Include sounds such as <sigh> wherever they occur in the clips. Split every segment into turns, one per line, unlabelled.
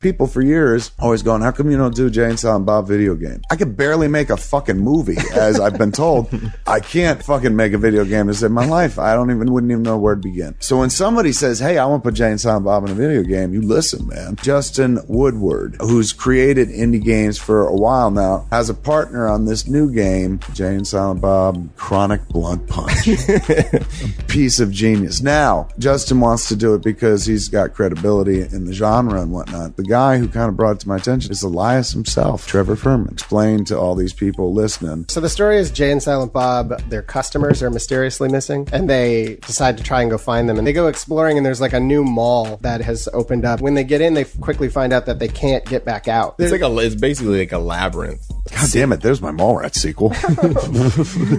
people for years always going, how come you don't do Jay and Silent Bob video game? I could barely make a fucking movie, as I've been told. I can't fucking make a video game to save my life. I don't even, wouldn't even know where to begin. So when somebody says, hey, I want to put Jay and Silent Bob in a video game, you listen, man. Justin Woodward, who's created indie games for a while now, has a partner on this new game, Jay and Silent Bob Chronic Blunt Punch. A piece of genius. Now, Justin wants to do it because he's got credibility in the genre and whatnot. The guy who kind of brought it to my attention is Elias himself, Trevor Furman. Explained to all these people listening.
So the story is Jay and Silent Bob, their customers are mysteriously missing, and they decide to try and go find them. And they go exploring, and there's like a new mall that has opened up. When they get in, they quickly find out that they can't get back out.
It's like a, it's basically like a labyrinth.
God damn it, there's my Mallrats <laughs> sequel.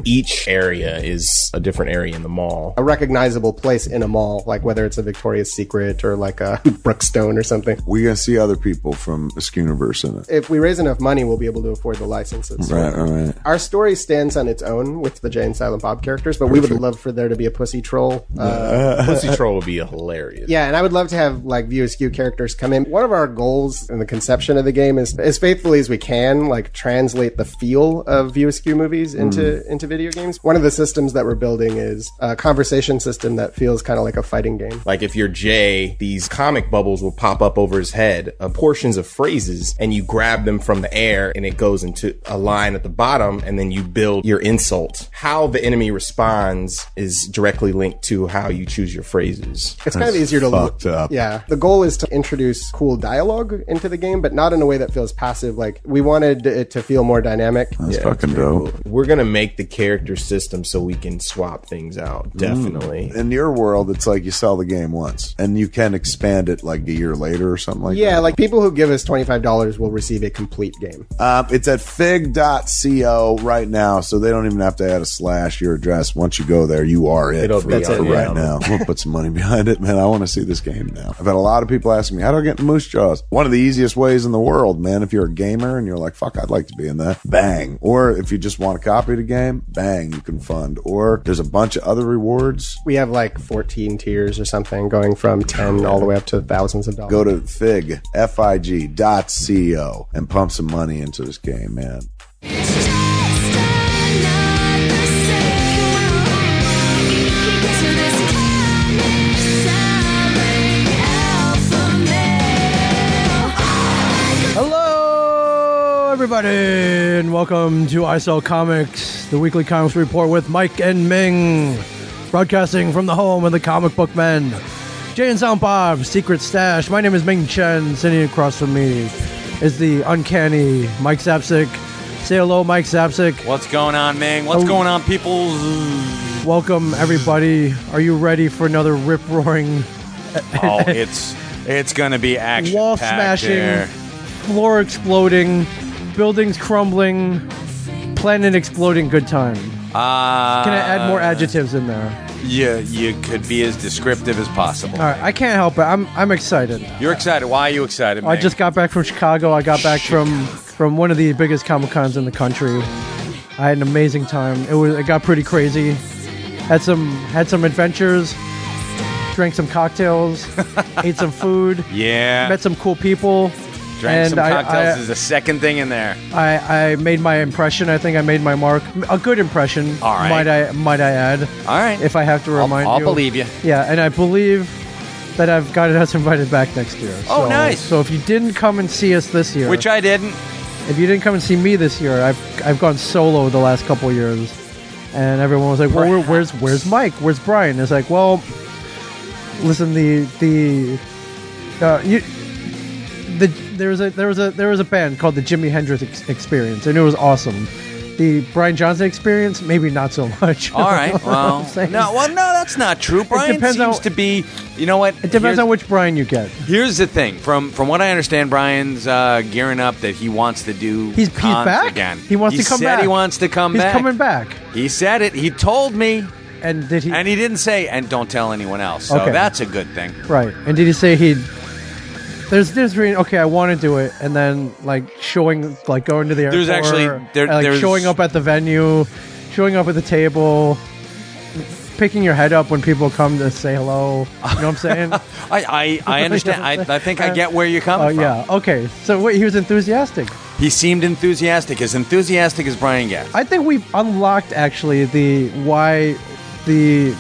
Each area is a different area in
<laughs>
the mall.
a recognizable place in a mall, like whether it's a Victoria's Secret or like a <laughs> Brookstone or something.
We're going to see other people from the Skuniverse in it.
If we raise enough money, we'll be able to afford the licenses.
Right, all right.
Our story stands on its own with the Jay and Silent Bob characters, but we would love for there to be a pussy troll. Uh,
Pussy Troll would be hilarious.
yeah, and I would love to have like View Askew characters come in. One of our goals in the conception of the game is, as faithfully as we can, like translate the feel of View Askew movies into
Mm.
into video games. One of the systems that we're building is a conversation system that feels kind of like a fighting game.
Like if you're Jay, these comic bubbles will pop up over his head of portions of phrases and you grab them from the air and it goes into a line at the bottom and then you build your insult. How the enemy responds is directly linked to how you choose your phrases.
It's kind of easier to
fucked up.
Yeah, the goal is to introduce cool dialogue into the game, but not in a way that feels passive. Like we wanted it to feel more dynamic.
That's fucking dope.
We're going to make the character system so we can swap things out. Definitely.
In your world, it's like you sell the game once and you can expand it like a year later or something like
Yeah,
that.
like people who give us twenty five dollars will receive a complete game.
Um, it's at fig.co right now, so they don't even have to add a slash your address. Once you go there, you are it
It'll
for,
be
for
on,
right
yeah.
now. <laughs> I'm gonna put some money behind it, man. I want to see this game now. I've had a lot of people asking me, how do I get in Moose Jaws? One of the easiest ways in the world, man. If you're a gamer and you're like, fuck, I'd like to be in that, bang. Or if you just want to copy of the game, bang, you can fund. Or there's a bunch of other rewards.
We have like fourteen tiers or something, going from ten all the way up to thousands of dollars.
Go to fig, F-I-G dot C-O and pump some money into this game, man.
Hello, everybody, and welcome to I Sell Comics, the weekly comics report with Mike and Ming, broadcasting from the home of the comic book men. Jay and Silent Bob, Secret Stash. My name is Ming Chen. Sitting across from me is the uncanny Mike Zapsik. Say hello, Mike Zapsik.
What's going on, Ming?
Oh.
What's going on, people?
<laughs> Welcome, everybody. Are you ready for another rip roaring,
Oh, it's it's gonna be action.
wall smashing, floor exploding, buildings crumbling, planet exploding good time?
Uh,
Can I add more adjectives in there?
Yeah, you could be as descriptive as possible.
All right, I can't help it. I'm I'm excited.
You're excited. Why are you excited?
I
Ming?
just got back from Chicago. I got back from from one of the biggest comic cons in the country. I had an amazing time. It was it got pretty crazy. Had some had some adventures. Drank some
<laughs>
cocktails. ate some food.
yeah.
Met some cool people.
Drank some
and I-
cocktails
I-
is the second thing in there.
I, I made my impression. I think I made my mark. A good impression.
All right.
Might I might I add?
All right.
If I have to
I'll,
remind
I'll
you.
believe you.
Yeah, and I believe that I've gotten us invited back next year.
Oh,
So-
nice.
So if you didn't come and see us this year,
Which I didn't.
if you didn't come and see me this year, I've I've gone solo the last couple years, and everyone was like, "Well, where, where's where's Mike? Where's Brian?" It's like, well, listen, the the uh, you. The, there was a there was a there was a band called the Jimi Hendrix Ex- Experience, and it was awesome. The Brian Johnson Experience, maybe not so <laughs> much.
All right. Well,
I'm saying.
no, well, no, that's not true. Brian
depends
seems
on-
to be. You know what?
it depends on which Brian you get.
Here's the thing. From from what I understand, Brian's uh, gearing up that he wants to do.
He's, he's
cons
back
again.
He wants to come
said
back.
He wants to come
he's
back.
coming back.
He said it. He told me,
And did he?
and he didn't say. And don't tell anyone else. So
Okay.
that's a good thing. <laughs>
right. And did he say he? There's there's reading. Okay, I want to do it, and then like showing like going to the airport.
There's actually- there-
and, like
there's-
showing up at the venue, showing up at the table, picking your head up when people come to say hello. You know what I'm
<laughs>
saying?
I, I,
<laughs>
I understand. I, I think I get where you're coming
Oh
from.
yeah. Okay. So wait, he was enthusiastic.
He seemed enthusiastic, as enthusiastic as Brian gets.
I think we've unlocked actually the why the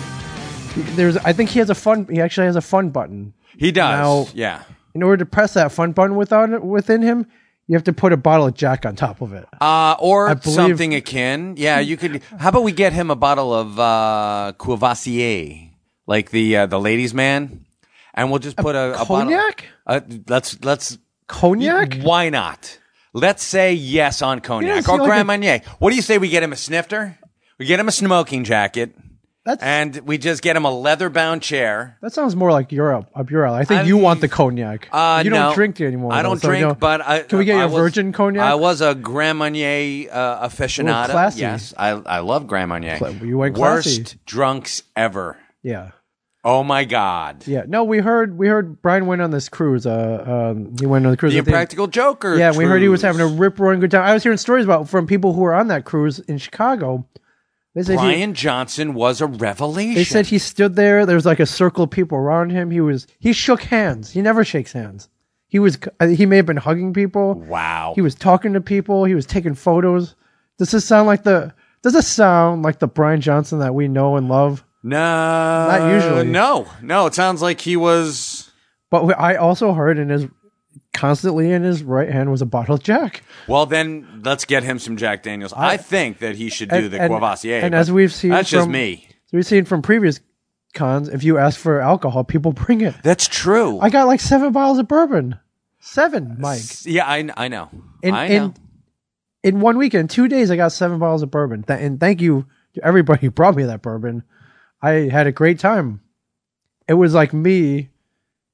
there's. I think he has a fun. He actually has a fun button.
He does.
Now-
yeah.
In order to press that fun button without within him, you have to put a bottle of Jack on top of it.
Uh, or
believe-
something akin. Yeah, you could. How about we get him a bottle of uh, Courvoisier, like the uh, the ladies' man, and we'll just put a, a
cognac?
Bottle, uh, let's let's
Cognac.
Why not? Let's say yes on cognac
see,
or
like
Grand
a-
Marnier. What do you say we get him a snifter? We get him a smoking jacket,
That's
and we just get him a leather bound chair.
that sounds more like Europe. Up your alley. I think
I
you
mean-
want the cognac.
Uh,
you don't
no.
drink anymore.
I
though,
don't
so, you
drink,
know-
but I,
can we get
I
you a
was-
virgin cognac?
I was a Grand Marnier uh, aficionado.
Ooh, classy.
Yes, I, I love Grand Marnier.
Cla- you went classy.
Worst drunks ever.
yeah.
Oh my god.
Yeah, no, we heard we heard Brian went on this cruise. Uh, um, he went on the cruise.
The
with the-
Impractical Joker.
Yeah, we heard he was
truce.
having a rip roaring good time. I was hearing stories about from people who were on that cruise in Chicago. They said he,
Brian Johnson was a revelation.
they said he stood there. There was like a circle of people around him. He was he shook hands. He never shakes hands. He was I think he may have been hugging people.
Wow.
He was talking to people. He was taking photos. Does this sound like the? Does this sound like the Brian Johnson that we know and love?
no, not
usually.
No, no. It sounds like he was.
But wh- I also heard in his constantly in his right hand was a bottle of Jack.
Well, then let's get him some Jack Daniels. I, think that he should do
and-
the
and-
Courvoisier.
and
but
as we've seen
that's just
from-
me.
So we've seen from previous cons, if you ask for alcohol, people bring it.
That's true.
I got like seven bottles of bourbon. Seven, Mike.
yeah, I, I know.
In,
I know.
in, in one weekend, two days, I got seven bottles of bourbon. Th- and thank you to everybody <laughs> who brought me that bourbon. I had a great time. It was like me,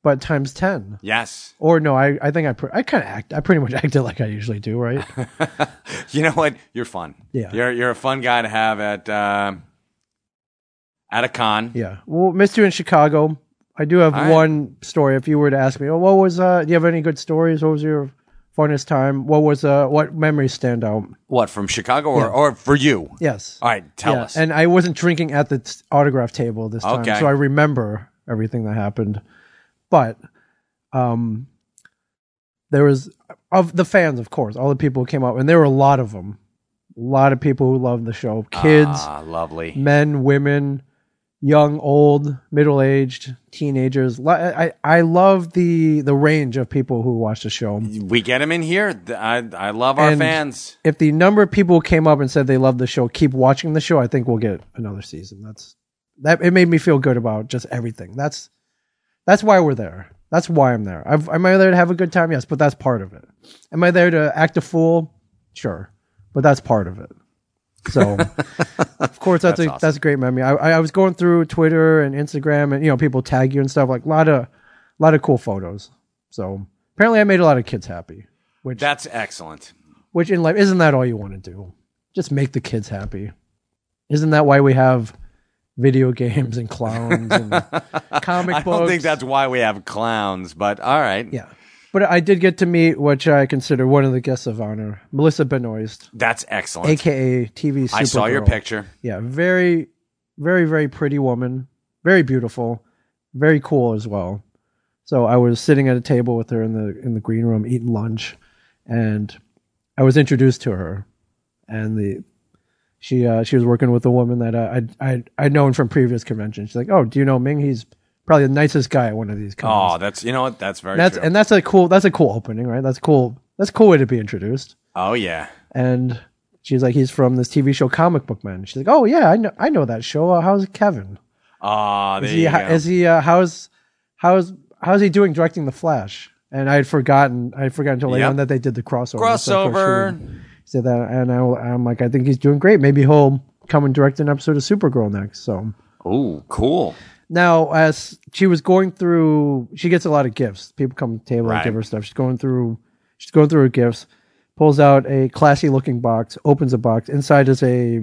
but times 10.
yes.
Or no, I, I think I, pre- I kind of act, I pretty much <laughs> acted like I usually do, right?
You know what? You're fun.
Yeah.
You're you're a fun guy to have at um at a con.
Yeah. Well, missed you in Chicago. I do have
All right.
one story. If you were to ask me, oh, what was, uh, do you have any good stories? What was your funnest time? What was, uh, what memories stand out?
What from Chicago or, or for you?
Yes.
All right, tell
Yeah,
us.
And I wasn't drinking at the t- autograph table this time,
Okay.
so I remember everything that happened. But um, there was of the fans, of course, all the people who came out, and there were a lot of them, a lot of people who loved the show, kids,
ah, lovely.
men, women, young, old, middle aged, teenagers. Lo- I I love the the range of people who watch the show.
We get him in here. Th- I I love our
And-
fans.
If the number of people who came up and said they love the show, keep watching the show. I think we'll get another season. That's that. It made me feel good about just everything. That's that's why we're there. That's why I'm there. I've, am I there to have a good time? Yes, but that's part of it. Am I there to act a fool? Sure, but that's part of it. So, of course, that's, a that's a great memory. I, I I was going through Twitter and Instagram, and you know, people tag you and stuff. Like a lot of lot of cool photos. So apparently, I made a lot of kids happy. Which
That's excellent.
which in life isn't that all you want to do just make the kids happy isn't that why we have video games and clowns
<laughs>
and comic
I
books
don't think that's why we have clowns, but all right.
yeah but i did get to meet which i consider one of the guests of honor melissa benoist
That's excellent.
aka tv Supergirl.
I saw your picture.
yeah very very very pretty woman very beautiful very cool as well so i was sitting at a table with her in the in the green room eating lunch and i was introduced to her and the she uh, she was working with a woman that I I I I'd known from previous conventions. She's like, "Oh, do you know Ming? He's probably the nicest guy at one of these cons."
Oh, that's you know what? That's very
that's
true.
and that's a cool that's a cool opening, right? That's cool. That's a cool way to be introduced
oh yeah.
and she's like, he's from this TV show, Comic Book Man. She's like, oh yeah, I know, I know that show. Uh, how's Kevin?
Ah, there
Is he,
you go.
is he, uh, how's, how's, how's he doing directing the Flash? And I had forgotten, I had forgotten until later
Yep.
on that they did the crossover. So, of course, she would
Crossover.
say that, and I, am like, I think he's doing great. Maybe he'll come and direct an episode of Supergirl next. So
Oh, cool.
now, as she was going through, she gets a lot of gifts. People come to the table
Right.
and give her stuff. She's going through, she's going through her gifts. Pulls out a classy looking box, opens a box. Inside is a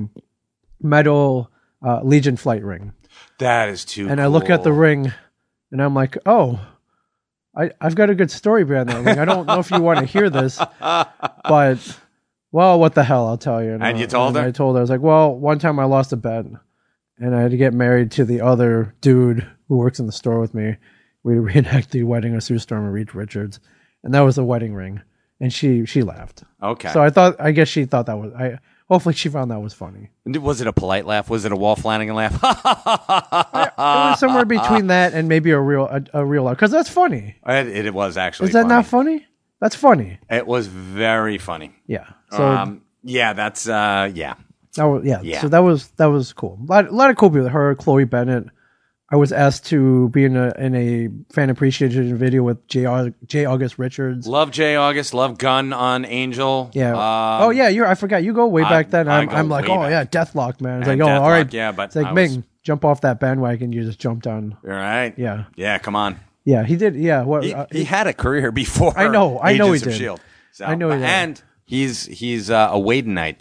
metal uh, Legion flight ring,
That is too.
and I look at the
cool.
ring, and I'm like, oh. I, I've got a good story behind that ring. I don't know if you want to hear
<laughs>
this, but well, what the hell? I'll tell you.
And you told her?
I told her. I was like, well, one time I lost a bet, and I had to get married to the other dude who works in the store with me. <laughs> We reenact the wedding of Sue Storm and Reed Richards, and that was the wedding ring. And she she laughed.
Okay.
So I thought I guess she thought that was I. Hopefully she found that was funny.
was it a polite laugh? Was it a Wall Flanagan laugh? <laughs>
it was somewhere between that and maybe a real a, a real laugh because that's funny.
it, it was actually.
Is that
funny.
not funny? That's funny.
It was very funny.
Yeah. So
um, yeah, that's uh, yeah.
That was, yeah,
Yeah.
So that was that was cool. A lot, a lot of cool people. Her, Chloe Bennett. I was asked to be in a in a fan appreciation video with J. Au- J. August Richards.
Love Jay August. Love Gun on Angel.
Yeah.
Um,
oh yeah, you're. I forgot. You go way
I-
back then.
I
I'm,
go
I'm like,
way
oh
back.
yeah, Deathlock man. It's like,
And
oh all right.
Deathlock, yeah, but
it's like
I was-
Ming, jump off that bandwagon. You just jumped on.
All right.
Yeah.
Yeah. Come on.
Yeah, he did. Yeah. What?
He,
uh,
he had a career before.
I know, I know
Agents
he
of
did.
Shield. E So,
I know he did.
And he's he's uh, a Whedonite.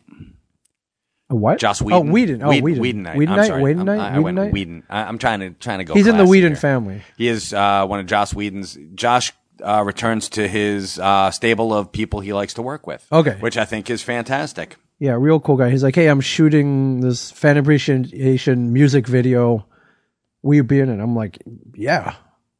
a what?
Joss Whedon.
Oh, Whedon. Oh, Whedon.
Whedonite.
Whedonite.
I'm sorry.
Whedonite.
I'm- I, I went
Whedonite?
Whedon. I, I'm trying to trying to go.
He's in the
classy
Whedon
here.
family.
He is uh, one of Joss Whedon's. Josh uh, returns to his uh, stable of people he likes to work with.
Okay.
which I think is fantastic.
Yeah, real cool guy. He's like, hey, I'm shooting this fan appreciation music video. Will you be in it? I'm like, yeah.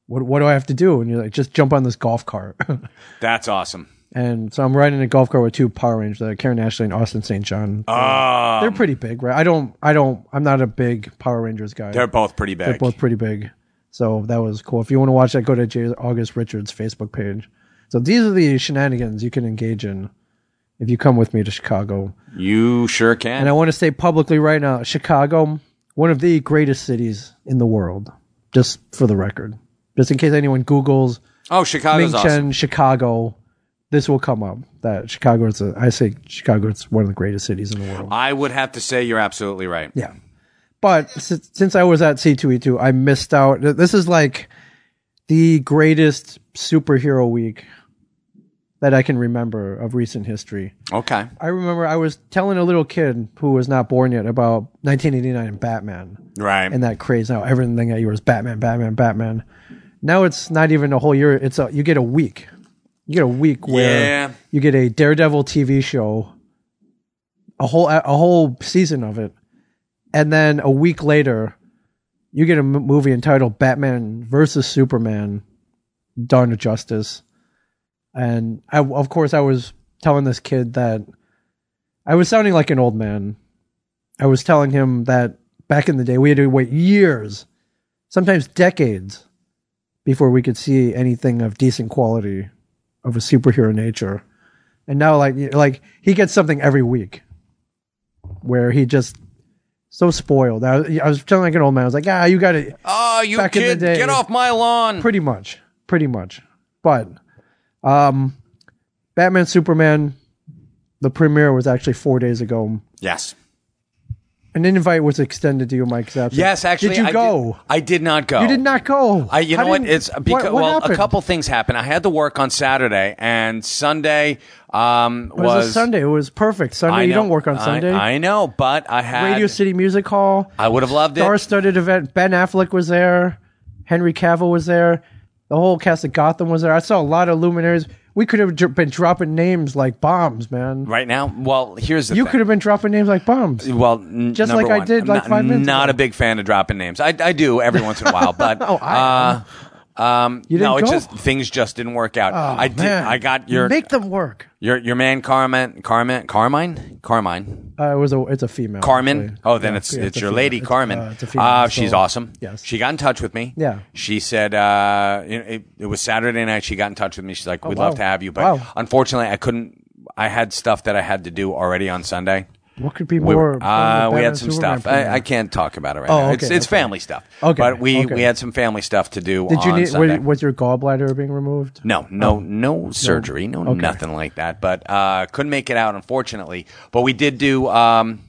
What What do I have to do? And you're like, just jump on this golf cart. <laughs>
That's awesome.
and so I'm riding a golf cart with two Power Rangers, uh, Karen Ashley and Austin St. John.
Um,
they're pretty big, right? I don't, I don't, I'm not a big Power Rangers guy.
They're both pretty big.
They're both pretty big. So that was cool. If you want to watch that, go to J. August Richards' Facebook page. So these are the shenanigans you can engage in if you come with me to Chicago.
you sure can.
And I want to say publicly right now, Chicago, one of the greatest cities in the world, just for the record. Just in case anyone Googles
oh, Chicago's
Ming
awesome.
Chen, Chicago, this will come up. That Chicago is, a, I say Chicago is one of the greatest cities in the world.
I would have to say you're absolutely right.
Yeah. But si- since I was at C2E2, I missed out. th- This is like the greatest superhero week that I can remember of recent history.
Okay.
I remember I was telling a little kid who was not born yet about 1989 and Batman
Right.
and that craze. Now everything that you were is Batman, Batman, Batman. Now it's not even a whole year. It's a, you get a week. You get a week where
Yeah.
you get a Daredevil TV show, a whole a whole season of it, and then a week later, you get a m- movie entitled Batman versus Superman, Dawn of Justice, and I of course I was telling this kid that I was sounding like an old man. I was telling him that back in the day we had to wait years, sometimes decades, before we could see anything of decent quality of a superhero nature. And now like you- like he gets something every week where he just so spoiled. I, was- I was telling like an old man, I was like, ah, you got it
oh, you
Back in the
kid,
day-
get off my lawn.
pretty much pretty much but um batman superman the premiere was actually four days ago
yes.
an invite was extended to you mike Zapsik.
Yes, actually,
did you
I
go
Did, I did not go.
you did not go
I, you
How
know what?
didn't-
It's because
what
well,
happened?
a couple things happened. I had to work on Saturday and Sunday um,
it was, a sunday it was perfect sunday
I
you
know-
don't work on
I-
sunday
I, know, but I had
radio city music hall
I would have loved it.
star-studded event ben affleck was there henry cavill was there the whole cast of gotham was there i saw a lot of luminaries we could have dr- been dropping names like bombs man
Right now, well, here's the
you
thing.
could have been dropping names like bombs
Well, n-
Just
number
like I
one,
did,
I'm
like,
not,
five minutes
Not
ago.
a big fan of dropping names. I, I do every once in a
<laughs>
while, but
Oh, I-
uh, um,
didn't
no, it
go? Oh,
just things just didn't work out. I did.
Man,
I got your
make them work.
your your man Carmen Carmen Carmine Carmine
Uh, it was a it's a female.
Carmen.
actually.
Oh, then
Yeah,
it's
yeah,
it's
a
your
female.
lady
It's,
Carmen.
uh, it's a female,
Uh, she's
so-
awesome.
Yes,
She got in touch with me.
Yeah.
She said uh, you know, it, it was Saturday night. She got in touch with me. She's like, "We'd
Oh,
love
wow.
to have you," but
Wow.
unfortunately, I couldn't. I had stuff that I had to do already on Sunday.
What could be
Oh. We,
more?
were-
more
uh, we
Batman
had some
Superman
stuff. I, I
premiere?
can't talk about it right
Oh,
now.
okay,
it's it's
okay.
family stuff.
Okay,
but we
okay.
we had some family stuff to do.
Did you
on
need?
Sunday.
Was, was your gallbladder being removed?
No,
Oh.
no, no surgery, no nothing like that. But uh, couldn't make it out, unfortunately. But we did do. Um,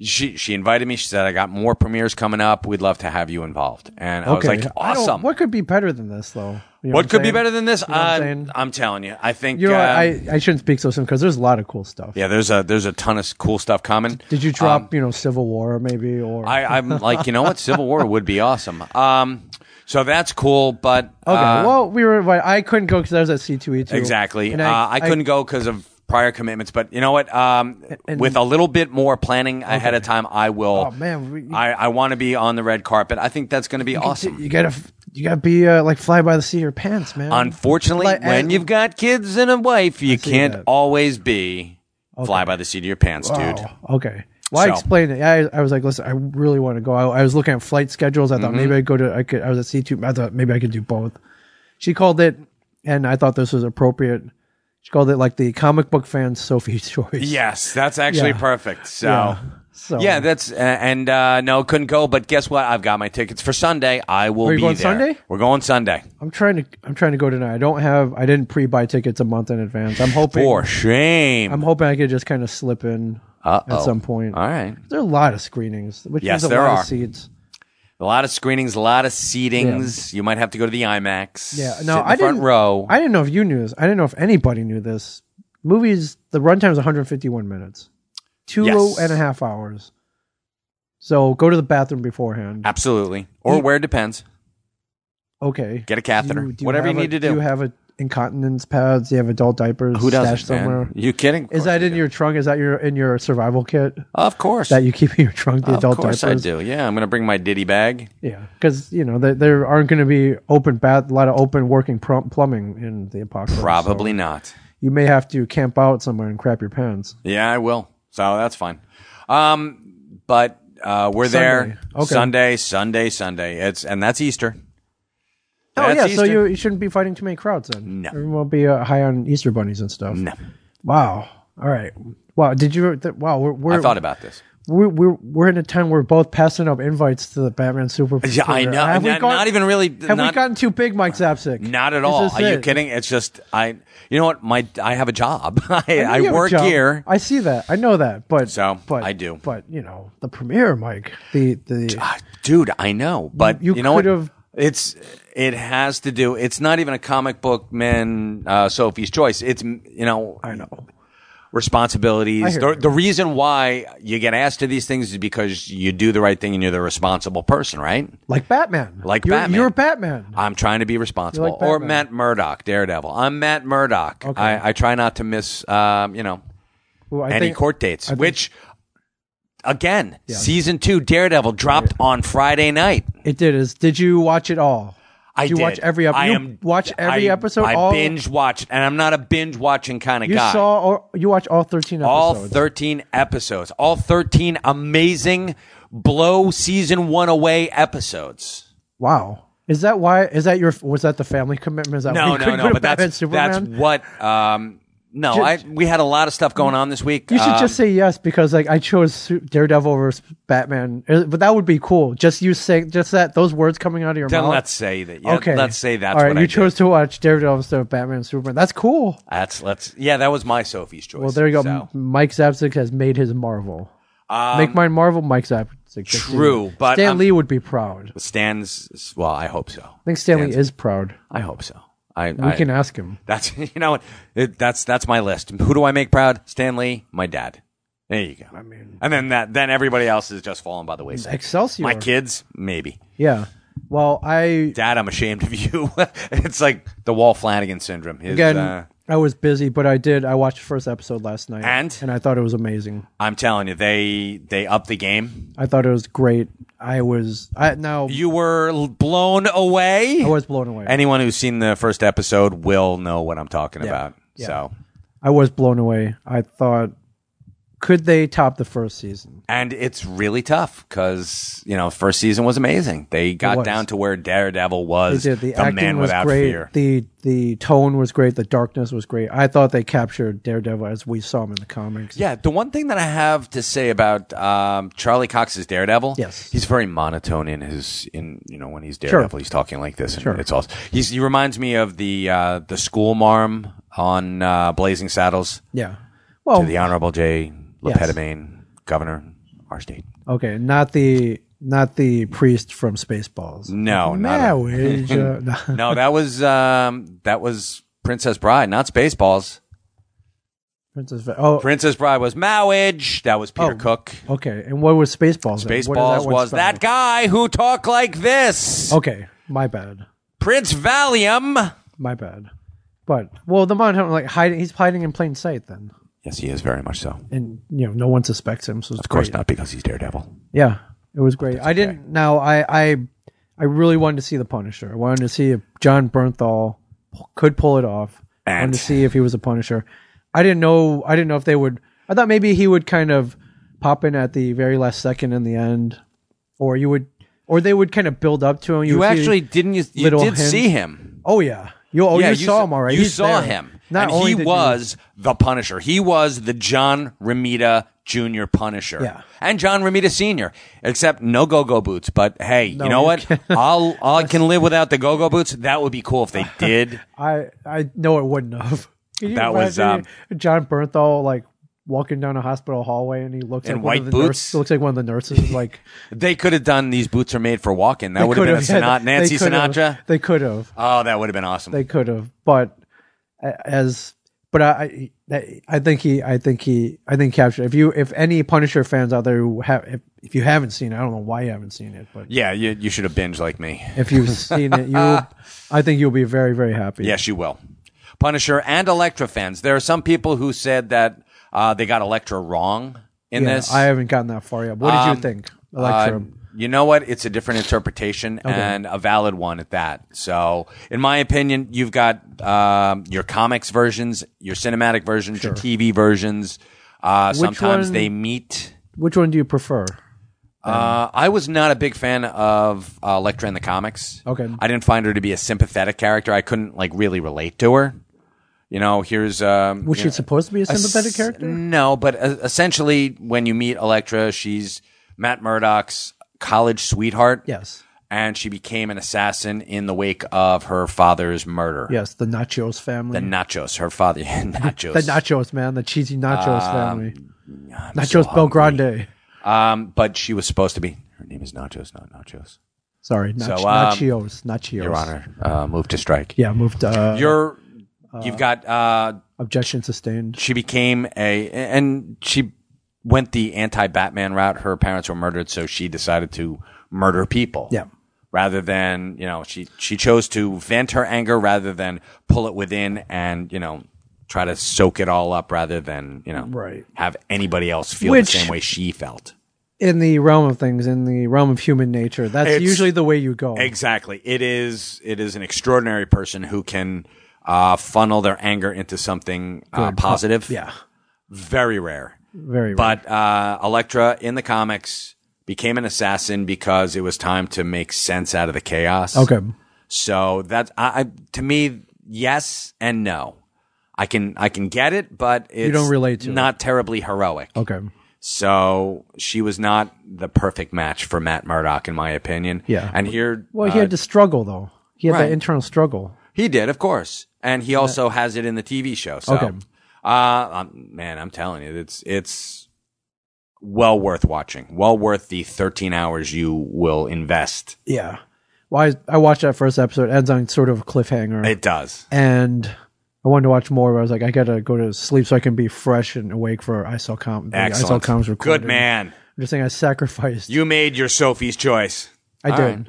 she she invited me. She said, "I got more premieres coming up. We'd love to have you involved." And I was like,
I don't-
"Awesome!
What
What,
could be better than this, though? You know I'm
could be
saying?
better than this?"
You know what I'm
Uh,
saying?
I'm telling you, I think.
You know,
uh,
what, I I shouldn't speak so soon because there's a lot of cool stuff.
yeah, Um, there's a there's a ton of cool stuff coming.
Did you drop you know Civil War maybe or
I, I'm like, you know what? Civil War would be awesome. Um, so that's cool, but
Okay,
uh,
well, we were. invi- I couldn't go because I was at C two E two.
exactly. uh, I, Uh, couldn't go because of prior commitments. But you know what? Um,
and-
with a little bit more planning ahead of time, I will.
Oh, man, we-
I, I want to be on the red carpet. I think that's going to be awesome.
You gotta, you gotta be uh, like fly by the seat of your pants, man.
Unfortunately,
Like,
when
and-
you've got kids and a wife, you
see
can't
that.
always be fly by the seat of your pants, dude.
Oh, okay. Well,
So-
I explained it. I, I was like, listen, I really want to go. I, I was looking at flight schedules. I thought
Mm-hmm.
maybe I'd go to, I could, I was at C2. I thought maybe I could do both. She called it, and I thought this was appropriate. She called it like the comic book fan <laughs> Sophie's choice.
Yes, that's actually
Yeah.
perfect. So.
Yeah. So,
Yeah, that's uh, and uh, no, couldn't go. But guess what? I've got my tickets for Sunday. I will
Are you
be
going
there.
Sunday?
We're going Sunday.
I'm trying to, I'm trying to go tonight. I don't have, I didn't pre buy tickets a month in advance. I'm hoping,
For shame.
I'm hoping I could just kind of slip in
Uh-oh.
at some point.
All right.
There are a lot of screenings, which
Oh. Uh, Yes,
means a
there
lot
are.
of seats.
A lot of screenings, a lot of seatings. You might have to go to the IMAX.
Yeah,
Sit in
no,
the
I
front
didn't.
row.
I didn't know if you knew this. I didn't know if anybody knew this. Movies, the runtime is 151 minutes, two and a half
Yes.
hours. So go to the bathroom beforehand.
Absolutely. Or where it depends.
Okay,
Get a catheter. Whatever
have
you need
a-
to do.
Do you have a incontinence pads? Do you have adult diapers?
Who doesn't?
stashed somewhere?
Man? You kidding? Of
Is that
course
in
I
your trunk? Is that your in your survival kit
do. Of course.
that you keep in your trunk? The
of
adult
course
diapers.
I do. Yeah, I'm gonna bring my Diddy bag.
Yeah, because you know there, there aren't going to be open bath, a lot of open working prom- plumbing in the apocalypse. so
Probably not.
you may have to camp out somewhere and crap your pants.
Yeah, I will. So that's fine. Um, but uh, we're there
Sunday. Okay.
Sunday, Sunday, Sunday. It's and that's Easter.
Oh
That's
yeah, so
Easter.
you, you shouldn't be fighting too many crowds then.
No.
everyone will be uh, high on Easter bunnies and stuff.
No.
Wow. All right. Wow. Did you? Th- wow. We're we're,
I thought about this.
we're we're we're in a time where we're both passing up invites to the Batman Super.
Yeah, I know.
Have we
Not-
gone-
not even really-
Have
not-
we gotten too big, Mike Zapsik?
Not at
Is
all.
this
Are you
it?
kidding? It's just I. You know what? My I have a job. <laughs> I,
You
I
have a
work
job.
here.
I see that. I know that. But
So,
but,
I do.
But you know the premiere, Mike. The the
Ah, dude, I know, but you,
you
know what?
could've-
It's it has to do. It's not even a comic book man. Uh, Sophie's choice. It's you know.
I know. I
responsibilities.
hear
The,
you.
the reason why you get asked to these things is because you do the right thing and you're the responsible person, right?
Like Batman.
Like
you're,
Batman.
You're Batman.
I'm trying to be responsible.
like
or
Batman.
Matt Murdock, Daredevil. I'm Matt Murdock. I, I try not to miss, um, you know,
Ooh, I
any
think-
court dates.
I think-
which, again, season two, Daredevil dropped on Friday night.
It did. Is did you watch it all?
I
Did you
did.
watch every ep-
I
you
am,
watch every
I-
episode,
I
all-
binge watched, and I'm not a binge watching kind of
You
guy.
saw all, you watched all thirteen episodes.
all 13 episodes all 13 amazing blow season one away episodes
wow. Is that why? Is that your? Was that the family commitment? Is that why
no
you
no
couldn't go
no
to
but
Batman
that's that's
Superman?
what um no
Ju-
I, we had a lot of stuff going on this week
you should
Um,
just say yes because like I chose Su- Daredevil over Batman, Uh, but that would be cool. Just you saying just that those words coming out of your
then
mouth.
let's say that yeah,
okay,
let's say that's
all right.
what
you
I did.
chose to watch Daredevil instead of Batman Superman. That's cool.
that's let's yeah that was my sophie's choice
Well, there you go.
so.
M- Mike Zapsik has made his Marvel. Make mine Marvel. Mike Zapsik.
true, but
Stan
I'm-
Lee would be proud. I
stan's well i hope so
think Stanley is proud.
i hope so i
We can uh, ask him.
that's <laughs> you know what it, that's that's my list who do i make proud stan lee my dad there you go i mean and then that then everybody else is just falling by
Mm,
the wayside
Excelsior.
My kids, maybe.
Yeah. Well, I
Dad, I'm ashamed of you. <laughs> it's like the Wall Flanagan syndrome. His,
again,
uh,
I was busy, but I did. I watched the first episode last night,
And?
I thought it was amazing.
I'm telling you, they they up the game.
I thought it was great. I was I now
You were l- blown
I
away.
was blown away.
Anyone who's seen the first episode will know what I'm talking about.
Yeah.
So,
I was blown away. I thought, could they top the first season?
and it's really tough because you know first season was amazing. They got
was.
down to where Daredevil
They
was
did. The, acting
man
was
without
great.
fear.
The the tone was great. The darkness was great. I thought they captured Daredevil as we saw him in the comics.
Yeah, the one thing that I have to say about um, Charlie Cox's Daredevil,
Yes.
he's very monotone in his in you know when he's Daredevil, he's talking like this, and it's all. He's, he reminds me of the uh, the school marm on uh, Blazing Saddles,
Yeah. Well,
to the Honorable J.
Oh. Yes.
LePetamine, Governor our state.
okay, not the not the priest from Spaceballs.
No, not a- <laughs>
Marriage. uh, no.
no, that was um, that was Princess Bride, not Spaceballs.
<laughs> Princess. Va- Oh,
Princess Bride was Mowage. That was Peter
Oh.
Cook.
okay. And what was Spaceballs? then? What did
Spaceballs
one Oh.
was
start
that
with?
guy who talked like this.
Okay, my bad.
Prince Valium.
My bad. But well, the Mount Hunter like hiding. He's hiding in plain sight then,
Yes, he is very much so.
and you know no one suspects him. So it's
Of course
great.
not, because he's Daredevil.
Yeah, it was great. I didn't. Now I I I really wanted to see the Punisher. I wanted to see if John Bernthal could pull it off. I wanted
And-
to see if he was a Punisher. I didn't know. I didn't know if they would. I thought maybe he would kind of pop in at the very last second in the end, or you would, or they would kind of build up to him.
You
would see-
actually didn't. You, you
little
did see
hints.
him.
oh yeah. You oh you, saw
s-
him already.
You
He's
saw
there.
him.
Not
and
only
he
did you-
was the Punisher. He was the John Romita Jr. Punisher.
Yeah.
And John Romita Sr. Except no go-go boots. But hey, you know
you
what? I'll
<laughs>
I can live without the go-go boots. That would be cool if they did.
I I know it wouldn't
<laughs>
have. Can you
That was, um,
imagine John Bernthal like walking down a hospital hallway and he looks
In
like one of
white
the
boots?
nurses. Looks like one of the
<laughs>
nurses. Like
They could have done these boots are made for walking. That
they
would have been a
could've- yeah, they
Sinatra, Nancy
could've.
Sinatra.
They could have.
Oh, that would have been awesome.
They could have. But a- as but I I I think he I think he I think captured. If you if any Punisher fans out there who have if, if you haven't seen it, I don't know why you haven't seen it,
<laughs>
but
yeah, you, you should have binged like me.
if you've seen
<laughs>
it, you will- I think you'll be very very happy.
Yes, you will. Punisher and Elektra fans. There are some people who said that uh, they got Elektra wrong in
Yeah,
this.
I haven't gotten that far yet. What did
Um,
you think,
Uh,
Electrum?
you know what? It's a different interpretation and a valid one at that. So, in my opinion, you've got um, your comics versions, your cinematic versions, your TV versions. Uh, sometimes
one-
they meet.
Which one do you prefer? Um,
Uh, I was not a big fan of uh, Elektra in the comics.
Okay.
I didn't find her to be a sympathetic character. I couldn't like really relate to her. You know, here's um,
Was
you
she
know-
supposed to be a sympathetic
Es-
character?
No, but uh, essentially, when you meet Elektra, she's Matt Murdock's college sweetheart.
Yes.
And she became an assassin in the wake of her father's murder.
Yes, the Nachos family.
The Nachos, her father, <laughs> Nachos. Um,
The Nachos, man, the cheesy Nachos family.
I'm so
Nachos Belgrande.
hungry. Um, but she was supposed to be. Her name is Nachos, not Nachos.
Sorry, nach-
So, um,
Nachos, Nachos.
Your Honor, uh, move to strike.
Yeah, moved. Uh,
You're, you've got. Uh,
objection sustained.
she became a and she went the anti-batman route her parents were murdered so she decided to murder people
Yeah.
rather than you know she she chose to vent her anger rather than pull it within and you know try to soak it all up rather than you know
Right.
have anybody else feel
Which-
the same way she felt
In the realm of things, in the realm of human nature, that's
It's-
usually the way you go.
Exactly. It is. It is an extraordinary person who can uh, funnel their anger into something uh, positive.
Yeah.
Very rare.
Very
But uh, Elektra in the comics became an assassin because it was time to make sense out of the chaos.
Okay.
So that's I, I to me yes and no. I can I can get it, but it's
don't relate to it.
not terribly heroic.
Okay.
So she was not the perfect match for Matt Murdock, in my opinion.
Yeah.
And here,
Well,
uh,
he had to struggle though. He had
right.
that internal struggle.
he did, of course, and he also has it in the TV show. So,
Okay.
uh, um, man, I'm telling you, it's it's well worth watching. Well worth the 13 hours you will invest.
Yeah. Well, I, I watched that first episode. It ends on sort of a cliffhanger.
It does.
and I wanted to watch more. But I was like, I gotta go to sleep so I can be fresh and awake for I saw com. the I saw
Excellent.
comms recording.
Good man.
I'm just saying, I sacrificed.
You made your Sophie's choice.
I
All
did.
right.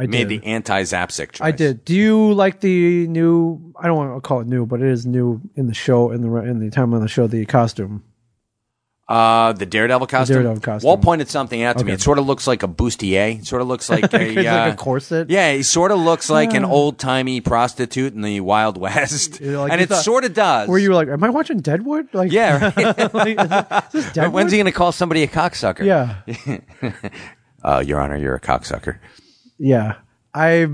I
Made
did.
the anti-Zapsic choice.
I did. Do you like the new? I don't want to call it new, but it is new in the show in the in the time on the show. The costume.
Uh, the Daredevil costume.
Daredevil costume.
Wall pointed something out to me. It sort of looks like a bustier. It sort of
<laughs>
looks like a,
It's like
uh,
a corset.
Yeah, he sort of looks like an old timey prostitute in the Wild
<laughs>
West,
You're like,
and
you
it
thought-
sort of does.
Where you were like, am I watching Deadwood? Like,
Yeah.
<laughs>
right.
like, is this-
<laughs>
is this Deadwood?
When's he going to call somebody a cocksucker? <laughs>
Yeah,
Uh, Your Honor, you're a cocksucker.
yeah. I.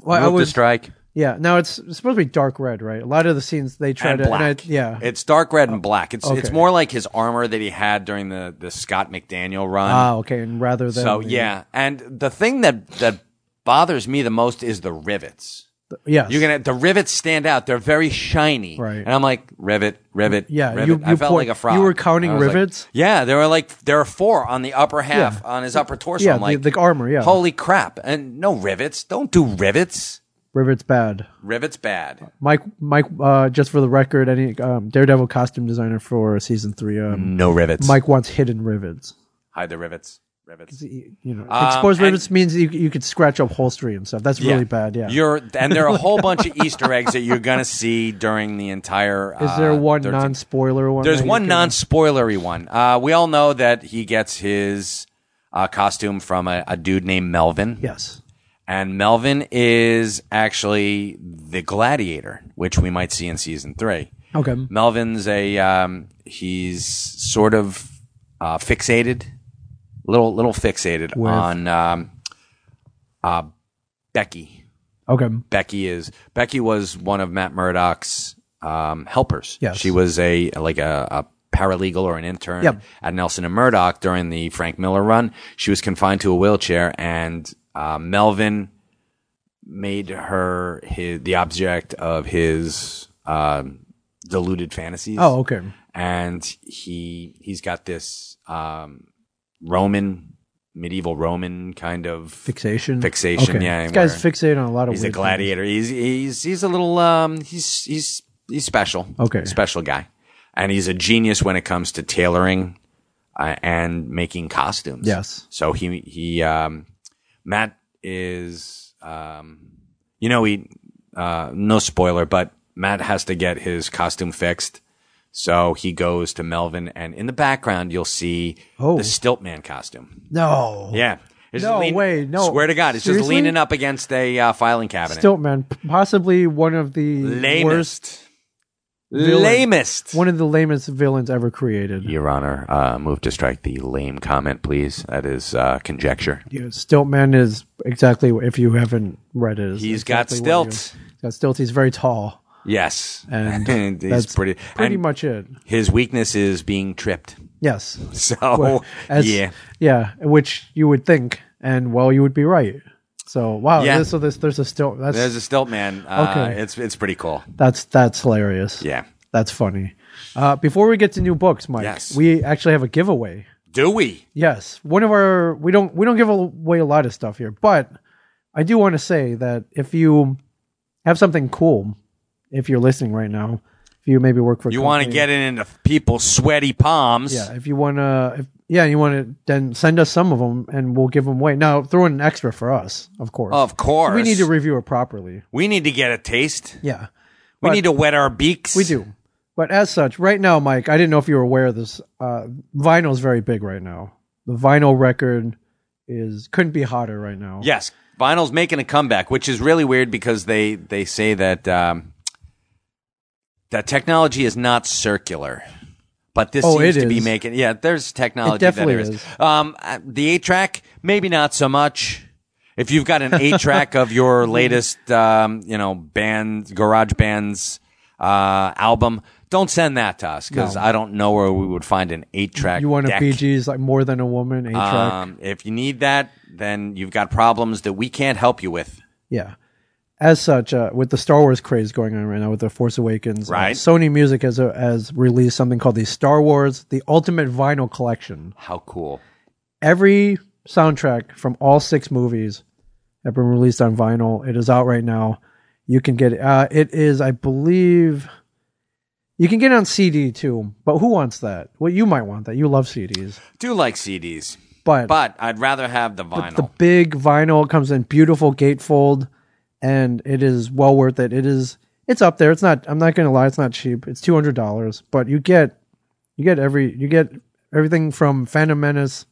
Well, I
Move to
was.
strike
Yeah. Now it's, it's supposed to be dark red, right? A lot of the scenes they try
and
to.
black.
And I, yeah. Oh,
it's dark red and black. It's it's
okay.
more like his armor that he had during the the Scott McDaniel run.
ah, okay. And rather than.
so
the-
yeah, and the thing that that bothers me the most is the rivets.
Yes.
You're gonna the rivets stand out. They're very shiny.
Right.
And I'm like rivet, rivet,
Yeah,
Rivet.
you-
I
you
felt
point-
like a frog.
you were counting
I was like-
rivets?
yeah, there were like there are four on the upper half
Yeah.
on his upper torso.
Yeah,
I'm like
the- the armor, yeah.
Holy crap! And no rivets. Don't do rivets.
Rivet's bad.
Rivets bad.
Mike, Mike, uh, just for the record, any um, Daredevil
Mm.
costume designer for season three, um,
No rivets.
Mike wants hidden rivets.
hide the rivets. rivets.
'Cause you you know,
Um,
exposed
and-
rivets means you you could scratch upholstery and stuff. That's really
Yeah.
bad. Yeah.
You're and there are a whole bunch of Easter eggs that you're gonna see during the entire.
Is
uh,
there one
13
non-spoiler one?
There's
that you
one
can-
non-spoilery one. Uh, we all know that he gets his uh, costume from a, a dude named Melvin.
Yes.
And Melvin is actually the gladiator, which we might see in season three.
Okay.
Melvin's a um, he's sort of uh, fixated, little little fixated on um, uh, Becky.
Okay.
Becky is Becky was one of Matt Murdock's um, helpers.
Yes.
she was a like a, a paralegal or an intern
Yep.
at Nelson and Murdock during the Frank Miller run. She was confined to a wheelchair, and uh, Melvin made her his, the object of his um, deluded fantasies.
Oh, okay.
and he he's got this um, Roman medieval Roman kind of
Fixation.
Fixation,
Okay.
yeah,
This guy's
where-
fixated on a lot of.
He's a
weird
gladiator. He's he's he's a little um he's he's he's special.
Okay.
special guy, and he's a genius when it comes to tailoring uh, and making costumes.
Yes.
So he he um Matt is um you know he uh no spoiler but Matt has to get his costume fixed. So he goes to Melvin, and in the background you'll see
Oh.
the Stiltman costume.
things. No.
Yeah. It's
No
just lean-
way, no.
Swear to God, it's just
Seriously?
leaning up against a uh, filing cabinet.
Stiltman, p- possibly one of the worst,
Lamest.
villain.
Lamest.
one of the lamest villains ever created.
Your Honor, uh, move to strike the lame comment, please. That is uh, conjecture.
Yeah, Stiltman is exactly if you haven't read it. is
He's got
exactly what
stilt.
you- He's got stilt. He's very tall.
Yes.
And
<laughs> he's
that's
pretty,
Pretty
and
much it.
His weakness is being tripped. <laughs>
Yes.
So,
Well, as-
yeah.
yeah, which you would think, and well, you would be right. So wow,
Yeah.
this- so this there's a still that's
There's a stilt man. Uh,
Okay.
It's, it's pretty cool.
that's that's hilarious.
Yeah.
that's funny. Uh, before we get to new books, Mike,
Yes.
we actually have a giveaway.
Do we?
Yes, one of our we don't we don't give away a lot of stuff here, but I do want to say that if you have something cool, if you're listening right now, if you maybe work for a
You want to
company-
get it into people's sweaty palms.
yeah, if you want to, yeah, you want to, then send us some of them and we'll give them away. Now, throw in an extra for us, of course.
Of course.
We need to review it properly.
we need to get a taste.
Yeah,
We
But-
need to wet our beaks.
we do. But as such, right now, Mike, I didn't know if you were aware of this. Uh, vinyl's very big right now. The vinyl record is couldn't be hotter right now.
Yes, vinyl's making a comeback, which is really weird because they they say that um, that technology is not circular, but this
Oh,
seems
it
to be
is.
making. Yeah, there's technology
definitely
that there
is.
Um, uh, the eight track, maybe not so much. If
<laughs>
you've got an eight track of your latest, um, you know, band garage bands uh, album, don't send that to us because I don't know where we would find an eight track.
You want a Bee Gees like more than a woman a track?
Um, if you need that, then you've got problems that we can't help you with.
yeah. As such, uh, with the Star Wars craze going on right now with the Force Awakens, uh,
Right.
Sony Music has, uh has released something called the Star Wars the Ultimate Vinyl Collection.
How cool.
every soundtrack from all six movies have been released on vinyl. It is out right now. You can get it. Uh, it is, I believe, you can get it on CD too. But who wants that? Well, you might want that. You love CDs,
Do like CDs,
but,
but I'd rather have the
but
vinyl.
the big vinyl comes in beautiful gatefold, and it is well worth it. It is. It's up there. It's not. I'm not gonna lie. It's not cheap. It's two hundred dollars, but you get, you get every, you get everything from Phantom Menace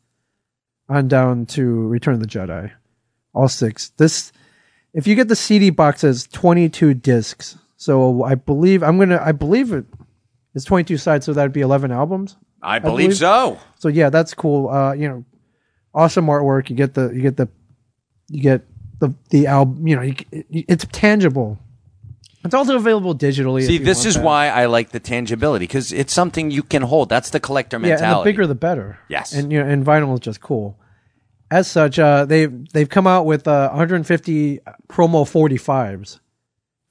on down to Return of the Jedi. All six. This if you get the CD box it's 22 discs. So I believe I'm going to I believe it it's 22 sides so that'd be 11 albums.
I, believe
believe-
so.
So yeah, that's cool. Uh you know, awesome artwork. You get the you get the you get the the album, you know, you, c- it's tangible. It's also available digitally. if
See,
you
this
want
is
that.
why I like the tangibility because it's something you can hold. That's the collector
Yeah, and the
mentality.
bigger the better.
Yes.
and you know, and vinyl is just cool. As such, uh, they've they've come out with uh, 150 promo 45s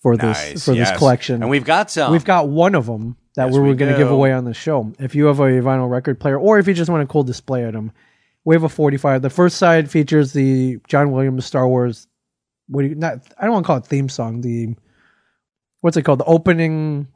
for this for this collection.
And we've got some.
we've got one of them that
Um, Yes,
we
we
were going to give
do.
away on the show. If you have a vinyl record player, or if you just want a cool display item, we have a 45. The first side features the John Williams Star Wars. What do you not? I don't want to call it theme song. The what's it called? The opening,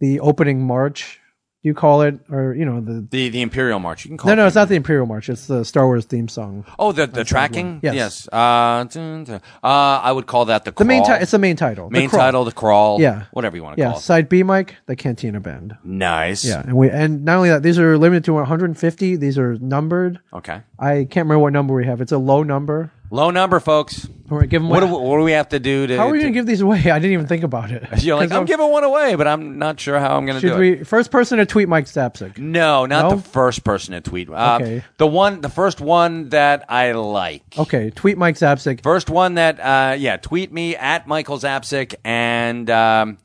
the opening march. you call it, or you know the.
The the Imperial March. You can call
No,
it
no, it's not the Imperial March. It's the Star Wars theme song.
Oh, the, the tracking?
Yes.
Uh, dun, dun. uh, I would call that the
The
crawl.
main title. It's the main title.
main
the Crawl.
title, the crawl.
Yeah.
Whatever you want to
Yeah.
call it.
Side B, Mike. The Cantina Band.
nice.
Yeah, and we and not only that, these are limited to 150. These are numbered.
Okay.
I can't remember what number we have. It's a low number.
Low number, folks.
All right, give 'em
What do,
away.
we- what do we have to do to.
How are we
to-
going to give these away? I didn't even think about it.
<laughs> You're
<laughs>
like,
'Cause
I'm giving one away, but I'm not sure how I'm going to do
Should
it.
we first person to tweet Mike Stapsik?
No, not
No?
the first person to tweet. Uh,
Okay.
The one, the first one that I like.
Okay, tweet Mike Stapsik.
First one that, uh, yeah, tweet me at Michael Zapsik and um,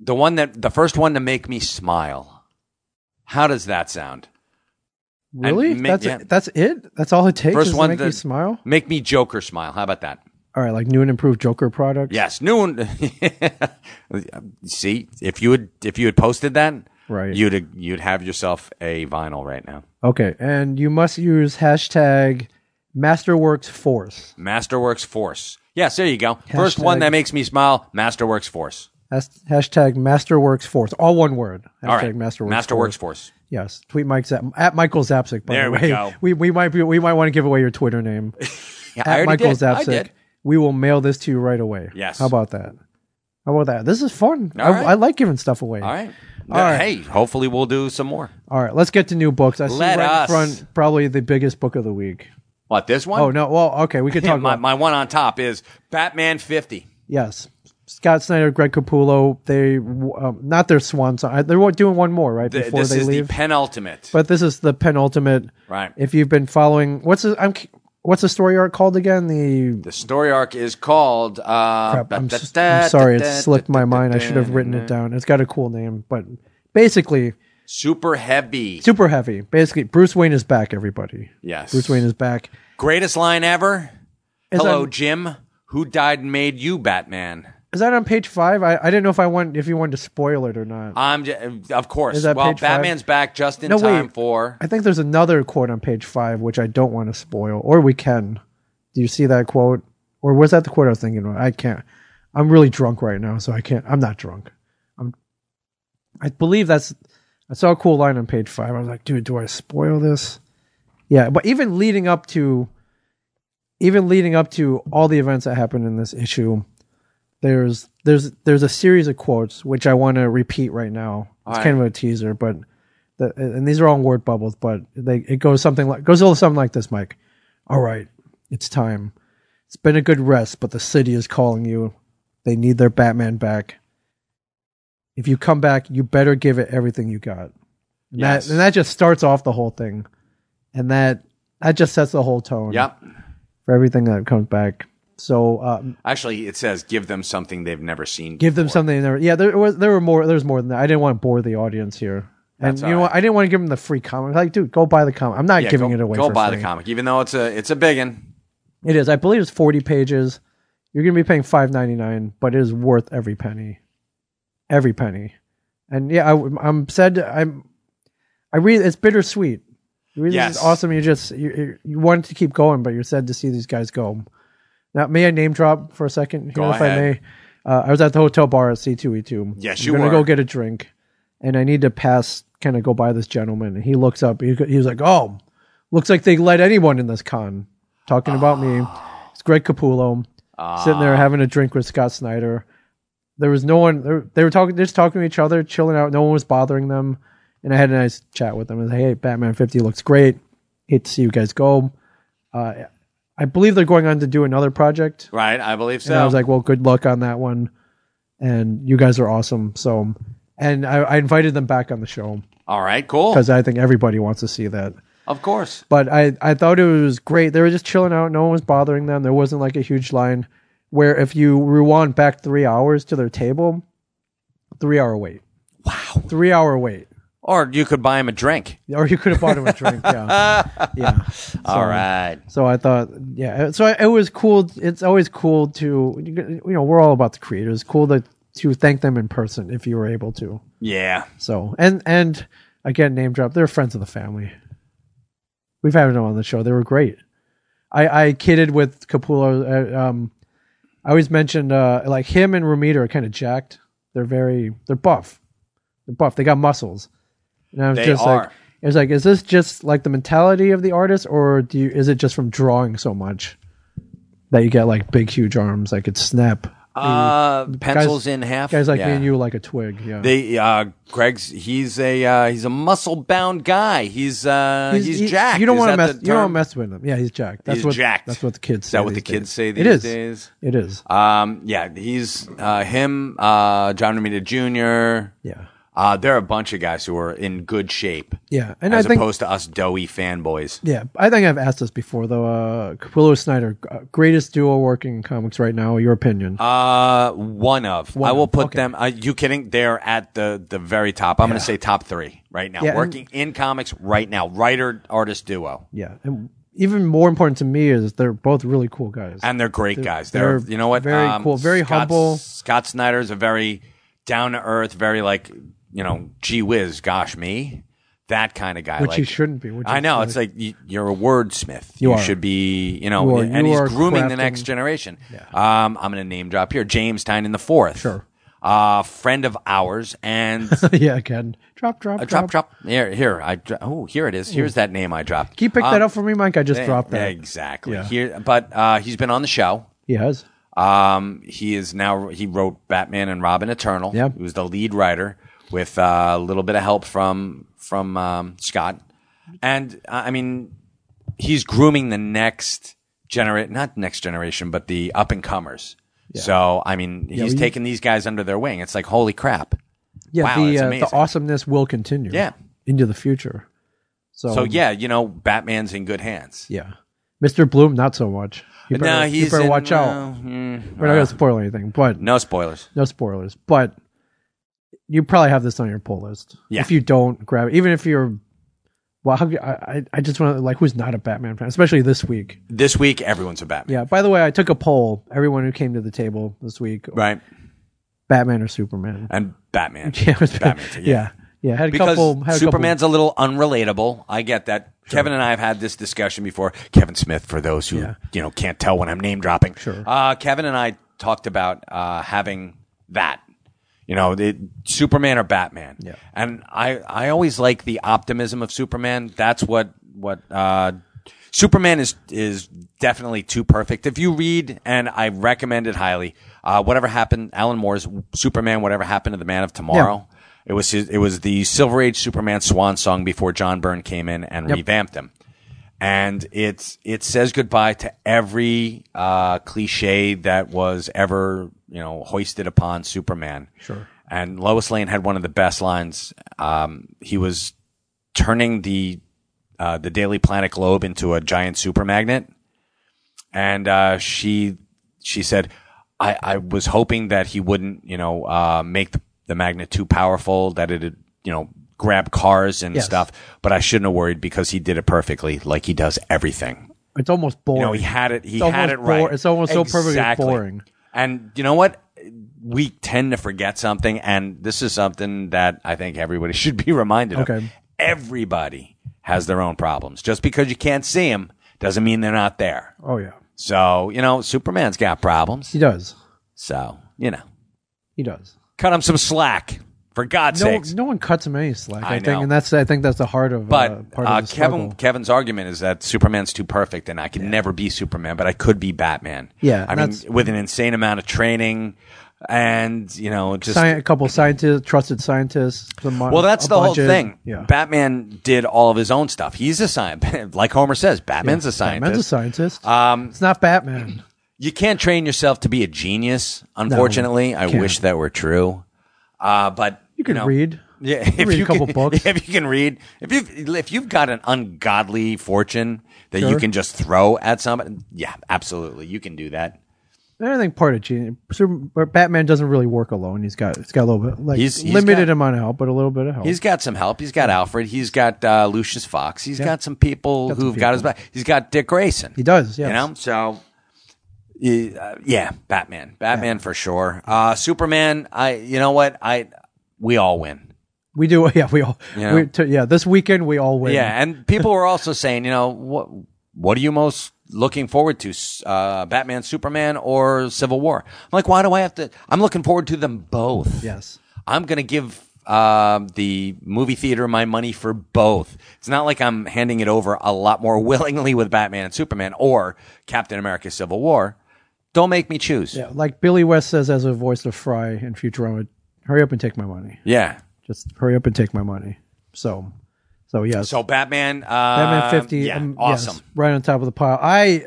the one that, the first one to make me smile. How does that sound?
Really?
ma-
that's
yeah.
that's it. That's all it takes.
First
is
one
to make
that-
you smile.
Make me Joker smile. How about that?
All right, like new and improved Joker product.
Yes, noon. <laughs> See, if you had if you had posted that,
Right.
you'd you'd have yourself a vinyl right now.
Okay, and you must use hashtag Masterworks Force.
Masterworks Force. Yes, there you go. First
Hashtag-
one that makes me smile. Masterworks Force.
Has- Hashtag Masterworks Force. All one word. Hashtag
All right,
Masterworks.
Masterworks
Force.
Force.
Yes. Tweet Mike Zap- at Michael Zapsik. By
There
the
we
way.
go.
We we might be we might want to give away your Twitter name
Yeah,
at
already
Michael
did. I
Zapsik.
did.
We will mail this to you right away.
Yes.
How about that? How about that? This is fun.
All
I,
right.
I like giving stuff away.
All right.
right.
Hey, hopefully we'll do some more.
All right, let's get to new books. I see
Let
right
us.
in front probably the biggest book of the week.
What this one?
Oh no, well, okay, we
<laughs>
could talk
my,
about
my one on top is Batman 50.
yes. Scott Snyder, Greg Capullo, they um, not their swan song. I- They were doing one more right
Th-
before
this
they
is
leave,
the penultimate.
but this is the penultimate.
Right.
If you've been following, what's the, I'm, c- what's the story arc called again? The
the story arc is called. Uh,
crap, I'm, s- I'm sorry, it slipped my mind. I should have written it down. It's got a cool name, but basically
Super heavy.
super heavy. Basically, Bruce Wayne is back. Everybody,
Yes.
Bruce Wayne is back.
Greatest line ever.
Is
Hello,
on-
Jim. Who died and made you Batman?
Is that on page five? I, I didn't know if I want if you wanted to spoil it or not.
I'm j- of course.
Is that
well,
page five?
Batman's back just in
No,
time
wait.
for.
I think there's another quote on page five which I don't want to spoil, or we can. Do you see that quote, or was that the quote I was thinking of? I can't. I'm really drunk right now, so I can't. I'm not drunk. I'm. I believe that's. I saw a cool line on page five. I was like, dude, do I spoil this? Yeah, but even leading up to, even leading up to all the events that happened in this issue, there's there's there's a series of quotes which I want to repeat right now. It's
right.
kind of a teaser, but the, and these are all in word bubbles, but they, it goes something like goes a little something like this, Mike. All right, it's time. It's been a good rest, but the city is calling you. They need their Batman back. If you come back, you better give it everything you got. And
Yes.
that and that just starts off the whole thing, and that that just sets the whole tone.
Yep.
for everything that comes back. So uh,
Actually, it says give them something they've never seen.
give them something. They never, yeah, there was there were more. There's more than that. I didn't want to bore the audience here. And
That's
you know
all
what? I didn't want to give them the free comic. Like, dude, go buy the comic. I'm not
Yeah,
giving
go,
it away.
Go
for
buy
free.
the comic, even though it's a it's a biggin.
It is. I believe it's 40 pages. You're going to be paying 5.99, but it is worth every penny. Every penny. And yeah, I, am said I'm. I read it's bittersweet. You read this
Yes.
is awesome. You just you- you you wanted to keep going, but you're sad to see these guys go. Now, may I name drop for a second here,
Go
if I
ahead.
may? Uh, I was at the hotel bar at C2E2.
Yes,
I'm
you
gonna
were.
go get a drink, and I need to pass, kind of go by this gentleman. And he looks up. He, he was like, "Oh, looks like they let anyone in this con." Talking about me,
Ah.
it's Greg Capullo sitting there having a drink with Scott Snyder. There was no one. They were, they were talking, just talking to each other, chilling out. No one was bothering them, and I had a nice chat with them. I was like, "Hey, Batman Fifty looks great. Hate to see you guys go." Uh, I believe they're going on to do another project.
Right, I believe so.
And I was like, well, good luck on that one. And you guys are awesome. So, and I, I invited them back on the show
All right, cool.
because I think everybody wants to see that.
Of course.
But I, I thought it was great. They were just chilling out. No one was bothering them. There wasn't like a huge line where if you rewind back three hours to their table, three hour wait. Wow. Three hour wait.
Or you could buy him a drink.
Or you could have bought him a drink. Yeah. yeah.
All right.
So I thought, yeah. So I, it was cool. It's always cool to, you know, we're all about the creators. Cool to to thank them in person if you were able to.
Yeah.
So and and again, name drop. They're friends of the family. We've had them on the show. They were great. I I kidded with Capullo. Uh, um, I always mentioned uh, like him and Ramita are kind of jacked. They're very they're buff. They're buff. They got muscles. And I was
They
just like,
are.
it's like, is this just like the mentality of the artist, or do you, is it just from drawing so much that you get like big, huge arms? Like it snap.
Uh, pencils in half.
Guys like me
Yeah.
and you like a twig. Yeah.
They uh Greg's he's a uh, he's a muscle bound guy. He's uh he's,
he-
jacked.
You don't
Is
want to
that
mess.
the
You don't wanna
term?
mess with him. Yeah, he's jacked. That's
He's
what,
jacked.
That's what the kids.
Is
say
that what
these
the kids
days.
say
It
these
is.
days?
It is.
Um yeah, he's uh him, uh John Romita Jr.
Yeah.
Uh there are a bunch of guys who are in good shape.
Yeah, and
as
I think
opposed to us doughy fanboys.
Yeah, I think I've asked this before though. Uh, Capullo Snyder, uh, greatest duo working in comics right now. Your opinion?
Uh, one of. I
of,
will put
okay.
them. Are you kidding? They're at the the very top. I'm going to say top three right now.
Yeah, and-
Working in comics right now, writer artist duo,
yeah, and even more important to me is they're both really cool guys.
and they're great guys. They're,
they're
you know what? Um,
very cool, very
Scott-
humble.
Scott Snyder's a very down to earth, very like you know, gee whiz, gosh me, that kind of guy.
Which
like,
he shouldn't be, which
I
is
know.
like-
It's like you, you're a wordsmith.
You
You,
are.
should be. You know,
You are-
and
you
he's
are
grooming the
crafting-
next generation. Um, I'm going to name drop here. James Tynan the fourth.
Sure.
Uh, friend of ours
<laughs>
and
yeah, again, drop, drop,
I
drop,
Uh, drop, drop. Here, here. I dro- oh, here it is. Here's that name I dropped.
Can you pick
Um,
that up for me, Mike? I just
yeah,
dropped that.
exactly.
Yeah.
Here, but uh, he's been on the show.
He has.
Um, he is now. He wrote Batman and Robin Eternal.
Yeah.
He was the lead writer with uh, a little bit of help from from um, Scott. And uh, I mean, he's grooming the next generation, not next generation, but the up and comers. So I mean, he's
well, you-
taking these guys under their wing. It's like holy crap.
Yeah,
Wow,
the
that's
uh,
amazing.
the awesomeness will continue.
Yeah.
into the future. So,
So yeah, you know, Batman's in good hands.
yeah. Mr. Bloom, not so much. You better,
no,
you
he's
better
in-
watch out.
well, mm,
We're not gonna spoil anything, but
no spoilers.
no spoilers, but you probably have this on your pull list.
Yeah.
If you don't grab it, even if you're, well, how, I I- I just want to like who's not a Batman fan, especially this week.
This week, everyone's a Batman.
Yeah. By the way, I took a poll. Everyone who came to the table this week,
Right.
Batman or Superman? <laughs>
And Batman.
Yeah, it was-
Batman. too,
yeah. Yeah, had a
Because
couple. Had a
Superman's a little unrelatable. I get that. Kevin and I have had this discussion before. Kevin Smith, for those who you know can't tell when I'm name dropping. Sure. Uh, Kevin and I talked about uh, having that. You know, the Superman or Batman. Yeah. And I, I always like the optimism of Superman. That's what what uh, Superman is is definitely too perfect. If you read, and I recommend it highly, uh, whatever happened, Alan Moore's Superman, whatever happened to the Man of Tomorrow. It was his, it was the Silver Age Superman swan song before John Byrne came in and revamped him. And it's it says goodbye to every uh, cliche that was ever you know hoisted upon Superman. Sure. And Lois Lane had one of the best lines. Um, he was turning the uh, the Daily Planet globe into a giant super magnet, and uh, she she said, I, "I was hoping that he wouldn't, you know, uh, make the, the magnet too powerful that it'd, you know, grab cars and
Yes.
stuff. But I shouldn't have worried because he did it perfectly, like he does everything.
couple- it's almost boring.
You know, he had it. He
It's
had
almost
it right.
bore- it's almost so perfectly boring.
And you know what? We tend to forget something, and this is something that I think everybody <laughs> should be reminded of.
Okay.
Everybody has their own problems. Just because you can't see them doesn't mean they're not there.
Oh yeah,
So you know, Superman's got problems.
he does.
So you know,
He does.
cut him some slack for God's
No, uh,
sakes.
no one cuts him any slack. I,
I
think,
know.
and that's I think that's the heart of
But
uh,
uh,
part of the
Kevin
struggle.
Kevin's argument is that Superman's too perfect, and I could never be Superman, but I could be Batman.
Yeah,
I mean,
that's-
with an insane amount of training, and you know, just
Sci- a couple scientists, trusted scientists. the mo-
well, that's
a
the whole
budget.
thing.
Yeah.
Batman did all of his own stuff. He's a scientist, <laughs> like Homer says. Batman's a scientist.
Batman's a scientist. Um, it's not Batman.
You can't train yourself to be a genius. Unfortunately, I
can't.
wish that were true. Uh, but
You can
know,
read.
Yeah,
can read a couple
can,
books.
<laughs> If you can read, if you if you've got an ungodly fortune that you
Sure.
can just throw at somebody, yeah, absolutely, you can do that.
I don't think part of genius. Super, but Batman doesn't really work alone. He's got it's got a little bit like
He's- he's
limited
got-
amount of help, but a little bit of help.
He's got some help. He's got Alfred. He's got uh, Lucius Fox. He's got some people
some
who've got his back. He's got Dick Grayson.
he does. Yes.
You know, so y- uh, yeah, Batman, Batman for sure. Uh, Superman, I, you know what, I, we all win.
we do. <laughs> Yeah, we all.
Yeah.
We, t- yeah, this weekend we all win.
Yeah, and people were also saying, you know, what, what are you most looking forward to, S- uh, Batman, Superman, or Civil War? I'm like, why do I have to? I'm looking forward to them both.
Yes.
I'm gonna give um, the movie theater my money for both. It's not like I'm handing it over a lot more <laughs> willingly with Batman and Superman or Captain America: Civil War. Don't make me choose.
Yeah, like Billy West says as a voice of Fry in Futurama, hurry up and take my money.
yeah.
Just hurry up and take my money. So, so yes.
So Batman, uh,
Batman 50.
yeah,
um, yes,
awesome.
right on top of the pile. I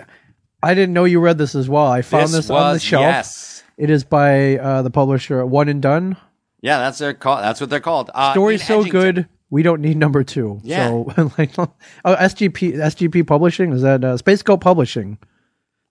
I didn't know you read this as well. I found this, on the
was-
shelf.
yes.
It is by uh, the publisher One and Done.
Yeah, that's their call. That's what they're called. Uh,
Story's
Ian
so
Edgington.
good, we don't need number two.
Yeah.
So, <laughs> like, oh, SGP SGP Publishing is that uh, Space Goat Publishing?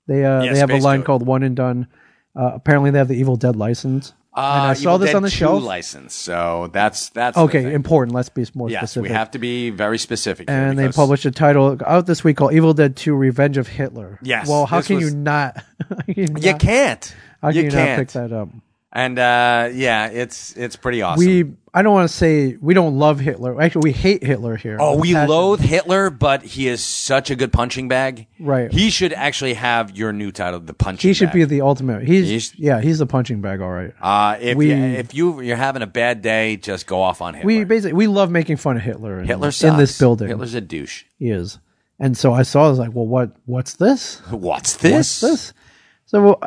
They uh,
Yeah,
they have a
Space
line
Goat.
called One and Done. Uh, apparently, they have the Evil Dead license. and I
Uh,
saw
Evil
this
Dead
on the
2
shelf.
License. So that's that's the
okay,
thing.
important. Let's be more
Yes,
specific.
we have to be very specific. here
and they
because-
published a title out this week called "Evil Dead 2: Revenge of Hitler."
Yes,
Well, how
this
can
was-
you not? <laughs> how can you
You
not-
can't.
How can
you
you, not
can't.
pick that up?
And uh, yeah, it's it's pretty awesome.
We I don't want to say we don't love Hitler. Actually, we hate Hitler here.
oh, we
Passion.
loathe Hitler, but he is such a good punching bag.
Right.
He should actually have your new title, the punching.
He should be the ultimate. He's,
He's-
yeah, he's the punching bag. All right.
Uh, if
We-
you, if you you're having a bad day, just go off on Hitler.
we basically we love making fun of Hitler. In,
Hitler
in this
sucks.
building.
Hitler's a douche. <laughs>
he is. And so I saw. I was like, well, what? What's this?
What's this?
this. So well,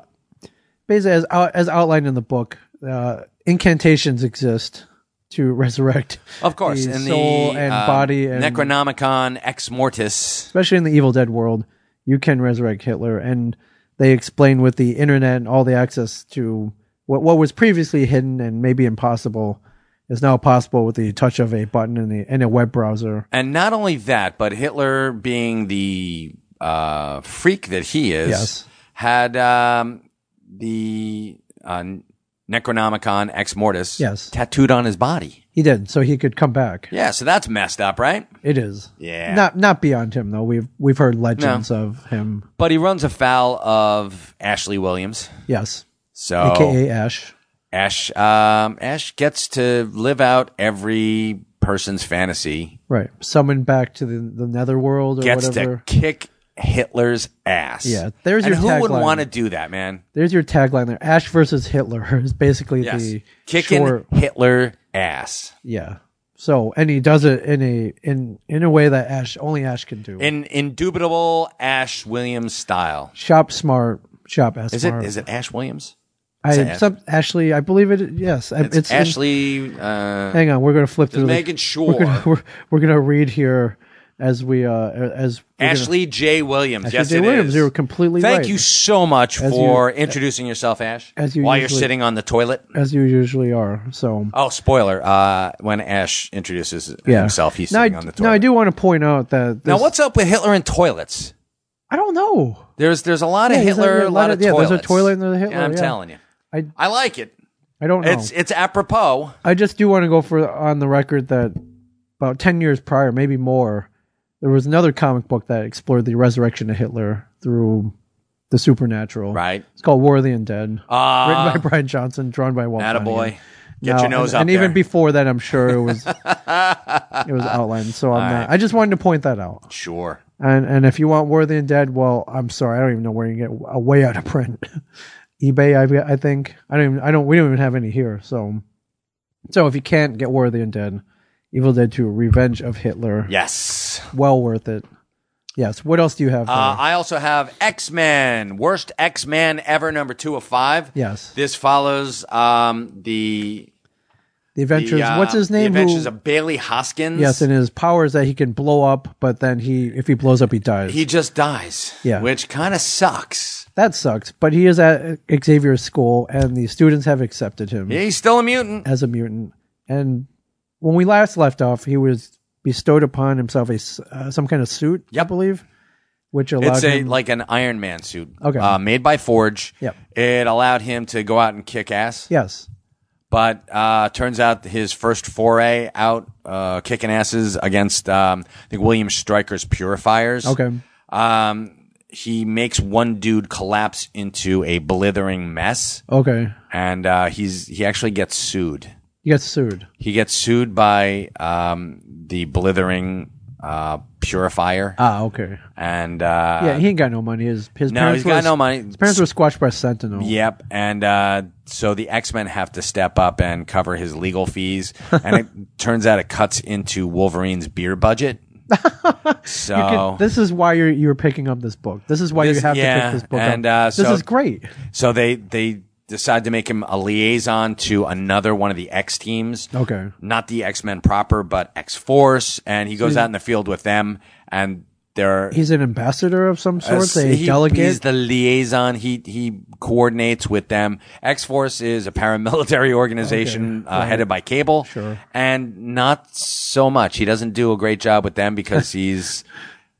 basically, as out, as outlined in the book, uh, incantations exist to <laughs> resurrect,
Of course,
the
in
soul
the
and
um,
body and
Necronomicon Ex Mortis.
especially in the Evil Dead world, you can resurrect Hitler, and they explain with the internet and all the access to what what was previously hidden and maybe impossible is now possible with the touch of a button in the in a web browser.
And not only that, but Hitler, being the uh, freak that he is,
Yes.
had um, the uh, Necronomicon Ex Mortis
Yes.
tattooed on his body.
He did, so he could come back.
Yeah, so that's messed up, right?
It is.
Yeah.
Not not beyond him though. We've we've heard legends of him.
But he runs afoul of Ashley Williams.
Yes.
So
AKA Ash.
Ash, um, Ash gets to live out every person's fantasy.
Right. Summoned back to the, the netherworld or
Gets
whatever.
to kick Hitler's ass.
Yeah, there's
and
your
who would
tagline.
want to do that, man?
There's your tagline there. Ash versus Hitler <laughs> is basically
Yes,
the
kicking
short-
Hitler ass
Yeah. So and he does it in a in in a way that Ash only Ash can do.
in indubitable Ash Williams style.
shop smart, shop as
Is
smart.
it? Is it Ash Williams?
I
Ash-
some, Ashley? I believe it. Yes, I-
It's,
it's, in-
Ashley. Uh,
hang on, <laughs> we're gonna flip through. the-
making sure.
we're gonna, we're, we're gonna read here as we uh as we're gonna-
Ashley J. Williams.
Ashley
yes,
J.
it
Williams,
is.
you were completely
Thank
right.
you so much
As you-
for introducing yourself, Ash.
as you
while you're
usually-
sitting on the toilet.
as you usually are. So
Oh, spoiler! Uh, when Ash introduces
yeah,
himself, he's
now,
sitting
I,
on the toilet.
now I do want to point out that
Now,
this-
what's up with Hitler and toilets?
I don't know.
There's there's a lot of
Yeah, there's
Hitler,
a-
a lot of
yeah,
toilets.
there's a toilet and there's a Hitler,
I'm
yeah.
telling you, I,
I-
like it.
I don't know.
It's it's apropos.
I just do want to go for on the record that about ten years prior, maybe more, there was another comic book that explored the resurrection of Hitler through the supernatural.
Right.
It's called War of the Undead.
Ah.
written by Brian Johnson, drawn by Walt. Flanagan.
Attaboy. Get your
Now,
nose
and,
up
And
there.
even before that, I'm sure it
<laughs>
was it was outlined. So I'm not. I just wanted to point that out.
sure.
And and if you want War of the Undead, well, I'm sorry, I don't even know where you can get a way out of print. <laughs> eBay, I, I think I don't. Even, I don't. We don't even have any here. So, so if you can't get War of the Undead, Evil Dead Two: Revenge of Hitler,
Yes.
well worth it. Yes. What else do you have?
Uh,
there?
I also have X Men, worst X Men ever, number two of five.
yes.
This follows um, the,
The
the,
Adventures.
uh,
what's his
the
name? who-
Adventures of Bailey Hoskins.
yes, and his power is that he can blow up, but then he, if he blows up, he dies.
he just dies.
Yeah.
which kind of sucks.
that sucks. But he is at Xavier's school, and the students have accepted him.
He's still a mutant.
as a mutant. And when we last left off, he was bestowed upon himself a s- uh, some kind of suit, I
Yep.
believe, which allowed
It's a
him-
like an Iron Man suit,
Okay.
uh, made by Forge.
Yep.
It allowed him to go out and kick ass.
yes,
But uh, turns out his first foray out uh, kicking asses against um, I think William Stryker's Purifiers.
okay,
Um, he makes one dude collapse into a blithering mess,
okay.
and uh, he's he actually gets sued.
He gets sued.
He gets sued by um, the blithering uh, purifier.
Ah, okay.
and uh,
Yeah, he ain't got no money. His his
no,
parents
he's
were
got no money.
His parents were squashed by Sentinel.
Yep, and uh, so the X Men have to step up and cover his
<laughs>
legal fees, and it turns out it cuts into Wolverine's
<laughs>
beer budget. so
You could- this is why you're you're picking up this book. This is why
This-
you have to
yeah,
pick this book
and,
up.
uh,
this
so-
is great.
So they they decide to make him a liaison to another one of the X teams.
Okay.
Not the X Men proper, but X Force, and he goes out in the field with them, and they're
Hmm. He's an ambassador of some sort,
as-
a
Uh, he-
delegate.
He's the liaison. He he coordinates with them. X Force is a paramilitary <laughs> organization uh, headed by Cable,
Sure.
and not so much. He doesn't do a great job with
<laughs>
them because he's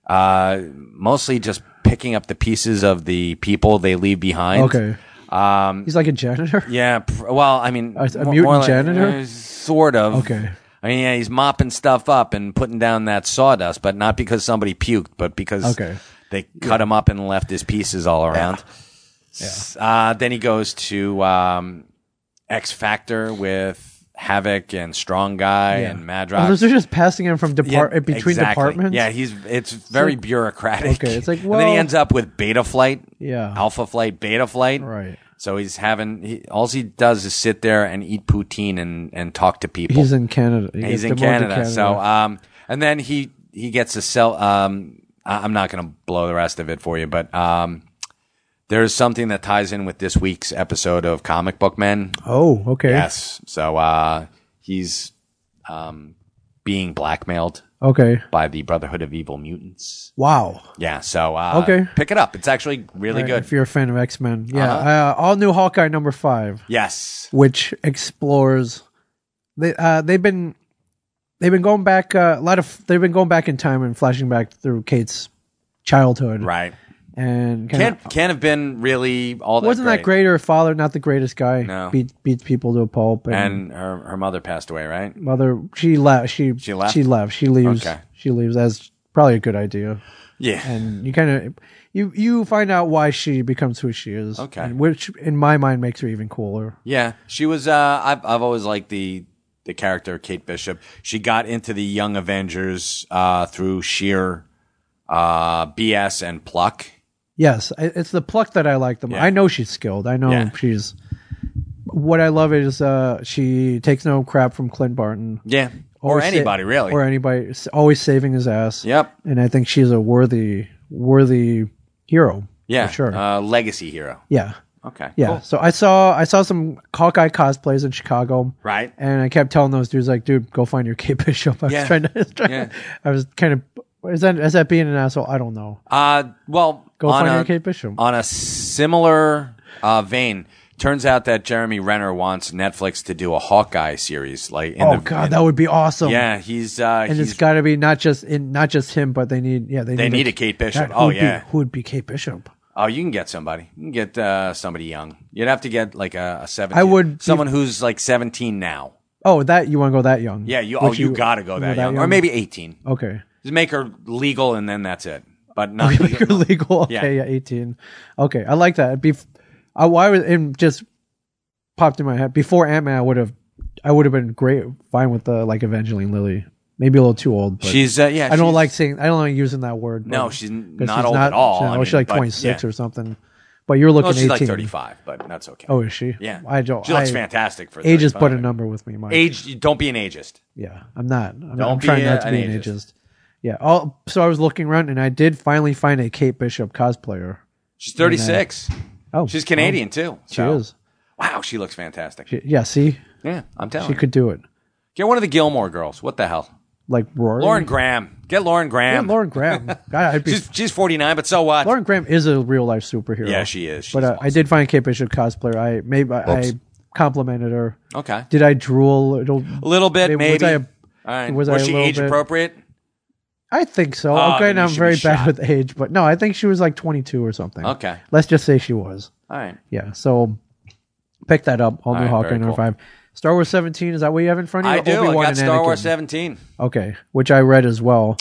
uh, mostly just picking up the pieces of the people they leave behind.
okay.
Um,
He's like a
<laughs>
janitor.
yeah. Pr- well, I mean,
A- a
mo-
mutant
more
janitor?
uh, sort of.
Okay.
I mean, yeah, he's mopping stuff up and putting down that sawdust, but not because somebody puked, but because
Okay.
they cut him up and left his pieces all around. S- Uh, then he goes to um, X Factor with Havoc and Strong Guy and
<laughs> Oh,
Madrox.
those are just passing him from
Yeah,
depart between
exactly.
departments.
Yeah, he's it's very
like-
bureaucratic.
okay, it's like,
<laughs> and then he
well-
ends up with Beta Flight,
Yeah.
Alpha Flight, Beta Flight,
Right.
So he's having he, all he does is sit there and eat poutine and and talk to people.
He's in Canada. He
And he's
gets
in
demoted to
Canada, So um, and then he he gets a cell. Um, I- I'm not going to blow the rest of it for you, but um, there's something that ties in with this week's episode of Comic Book Men.
oh, okay.
Yes. So uh, he's um being blackmailed
Okay.
by the Brotherhood of Evil Mutants.
Wow.
Yeah. So uh,
Okay.
pick it up. It's actually really
Right,
good. Uh-huh.
If you're a fan of X Men, yeah. uh all new Hawkeye number five,
yes.
which explores. They uh, they've been they've been going back uh, a lot of they've been going back in time and flashing back through Kate's childhood,
Right.
And kinda-
Can't can't have been really all that.
wasn't that great? Her father, not the greatest guy,
No.
beat beats people to a pulp, and,
And her her mother passed away, right?
mother she left. She she
left?
She left. She leaves.
Okay.
She leaves. That's probably a good idea.
Yeah.
and you kind of you you find out why she becomes who she is.
Okay.
and which in my mind makes her even cooler.
Yeah, she was. Uh, I've I've always liked the the character Kate Bishop. She got into the Young Avengers uh, through sheer uh, BS and pluck.
Yes, I- it's the pluck that I like the most.
Yeah.
I know she's skilled. I know
Yeah.
she's. What I love is uh, she takes no crap from Clint Barton
Yeah, or,
sa-
anybody really.
or anybody. s- Always saving his ass.
Yep.
and I think she's a worthy worthy hero.
yeah,
for sure.
Uh, legacy hero.
yeah,
Okay.
yeah.
cool.
So I saw I saw some Hawkeye cosplays in Chicago.
Right.
And I kept telling those dudes, like, dude, go find your Kate <laughs> Bishop. I was
Yeah.
trying to, <laughs> I was, trying
Yeah.
to I was kind of, is that, is that being an asshole? I don't know.
Uh, well,
Go
on
find your
a,
Kate Bishop.
on a similar uh, vein, turns out that Jeremy Renner wants Netflix to do a Hawkeye series. Like, in
oh,
the,
God, that would be awesome.
yeah, he's uh,
And
he's
it's got to be not just in, not just him, but they need, yeah, they,
they need a Kate Bishop. Oh yeah,
Who would be Kate Bishop?
Oh, you can get somebody. You can get uh, somebody young. You'd have to get like a, a seventeen.
I would be-
someone who's like seventeen now.
Oh, that, you want to go that young.
Yeah, you.
Would
Oh, you, gotta go that, young. or maybe eighteen. <laughs>
Okay.
Just make her legal, and then that's it.
<laughs>
But not
Like you're legal.
Yeah.
Okay, yeah. 18. Okay, I like that. Bef- I, why was it just popped in my head before Ant Man? I would have, I would have been great, fine with the like Evangeline Lilly. Maybe a little too old. But
she's. Uh, yeah,
I don't
she's-
like saying. I don't like using that word. but-
No, she's
'cause
not old at all.
She's, not-
I
she's
mean,
like
but,
26
yeah.
or something. But you're looking
Well, she's
18.
like thirty-five, but that's okay.
Oh, is she?
yeah.
I don't.
She looks
I-
fantastic for
Age is
35.
put a number with me. Mike.
Age. you- Don't be an ageist.
Yeah, I'm not. I'm, not-
Don't
I'm trying
be
not to
an
be an
ageist.
ageist. Yeah. All, so I was looking around and I did finally find a Kate Bishop cosplayer.
She's thirty-six.
Oh,
She's Canadian too.
She
so-
is.
Wow, she looks fantastic.
She- yeah. See,
yeah, I'm telling
she
you.
could do it.
Get one of the Gilmore girls. What the hell?
Like Rory.
Lauren Graham. Get Lauren
Yeah,
Graham.
Lauren Graham.
<laughs>
God, I'd be.
she's, she's 49, but so what?
Lauren Graham is a real life superhero.
yeah, she is. She's
But uh, I did find a Kate Bishop cosplayer. I maybe I complimented her.
okay.
Did I drool? It'll,
A little bit,
Maybe- uh, was
maybe.
I a-
All right.
was I
Was,
a
she
little
age
bit-
appropriate?
I think so.
Oh,
okay,
then
now
you
I'm
should
very
be
bad
shot.
with age, but no, I think she was like 22 or something.
Okay.
Let's just say she was.
All right.
Yeah. So pick that up. All, new
right,
Hawkeye
very
number
cool.
five. Star Wars 17. Is that what you have in front of you?
I do.
Obi-Wan
I got
and
Star
Anakin.
Wars 17.
Okay, which I read as well.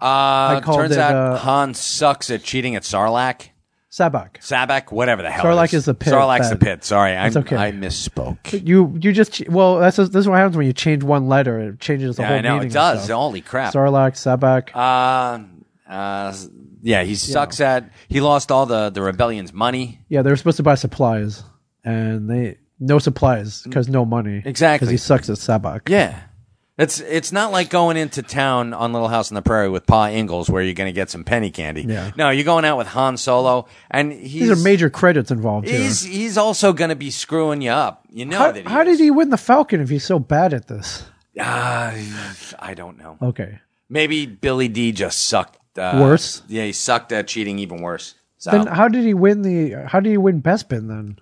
Uh,
called
turns
it,
out
uh,
Han sucks at cheating at Sarlacc.
Sabak.
Sabak, whatever the hell. it
Sarlacc is the pit,
Sarlacc's the
but-
pit. Sorry, I'm,
It's okay.
I misspoke.
You you just ch- well that's this is what happens when you change one letter it changes the
Yeah,
whole
I know
meaning. and
it does.
stuff.
Holy crap.
Sarlacc, Sabak.
Uh, uh, yeah, he sucks at. He lost all the the rebellion's money.
yeah, they were supposed to buy supplies and they no supplies because no money
Exactly.
because he sucks at Sabak.
Yeah. It's it's not like going into town on Little House on the Prairie with Pa Ingalls where you're going to get some penny candy.
Yeah.
No, you're going out with Han Solo, and he's
These are major credits involved here.
He's he's also going to be screwing you up. You know
How,
that. He
how did
is.
he win the Falcon if he's so bad at this?
Ah, I don't know.
Okay.
Maybe Billy D just sucked. Uh,
Worse?
Yeah, he sucked at cheating even worse. So,
Then how did he win the? How did he win Bespin then?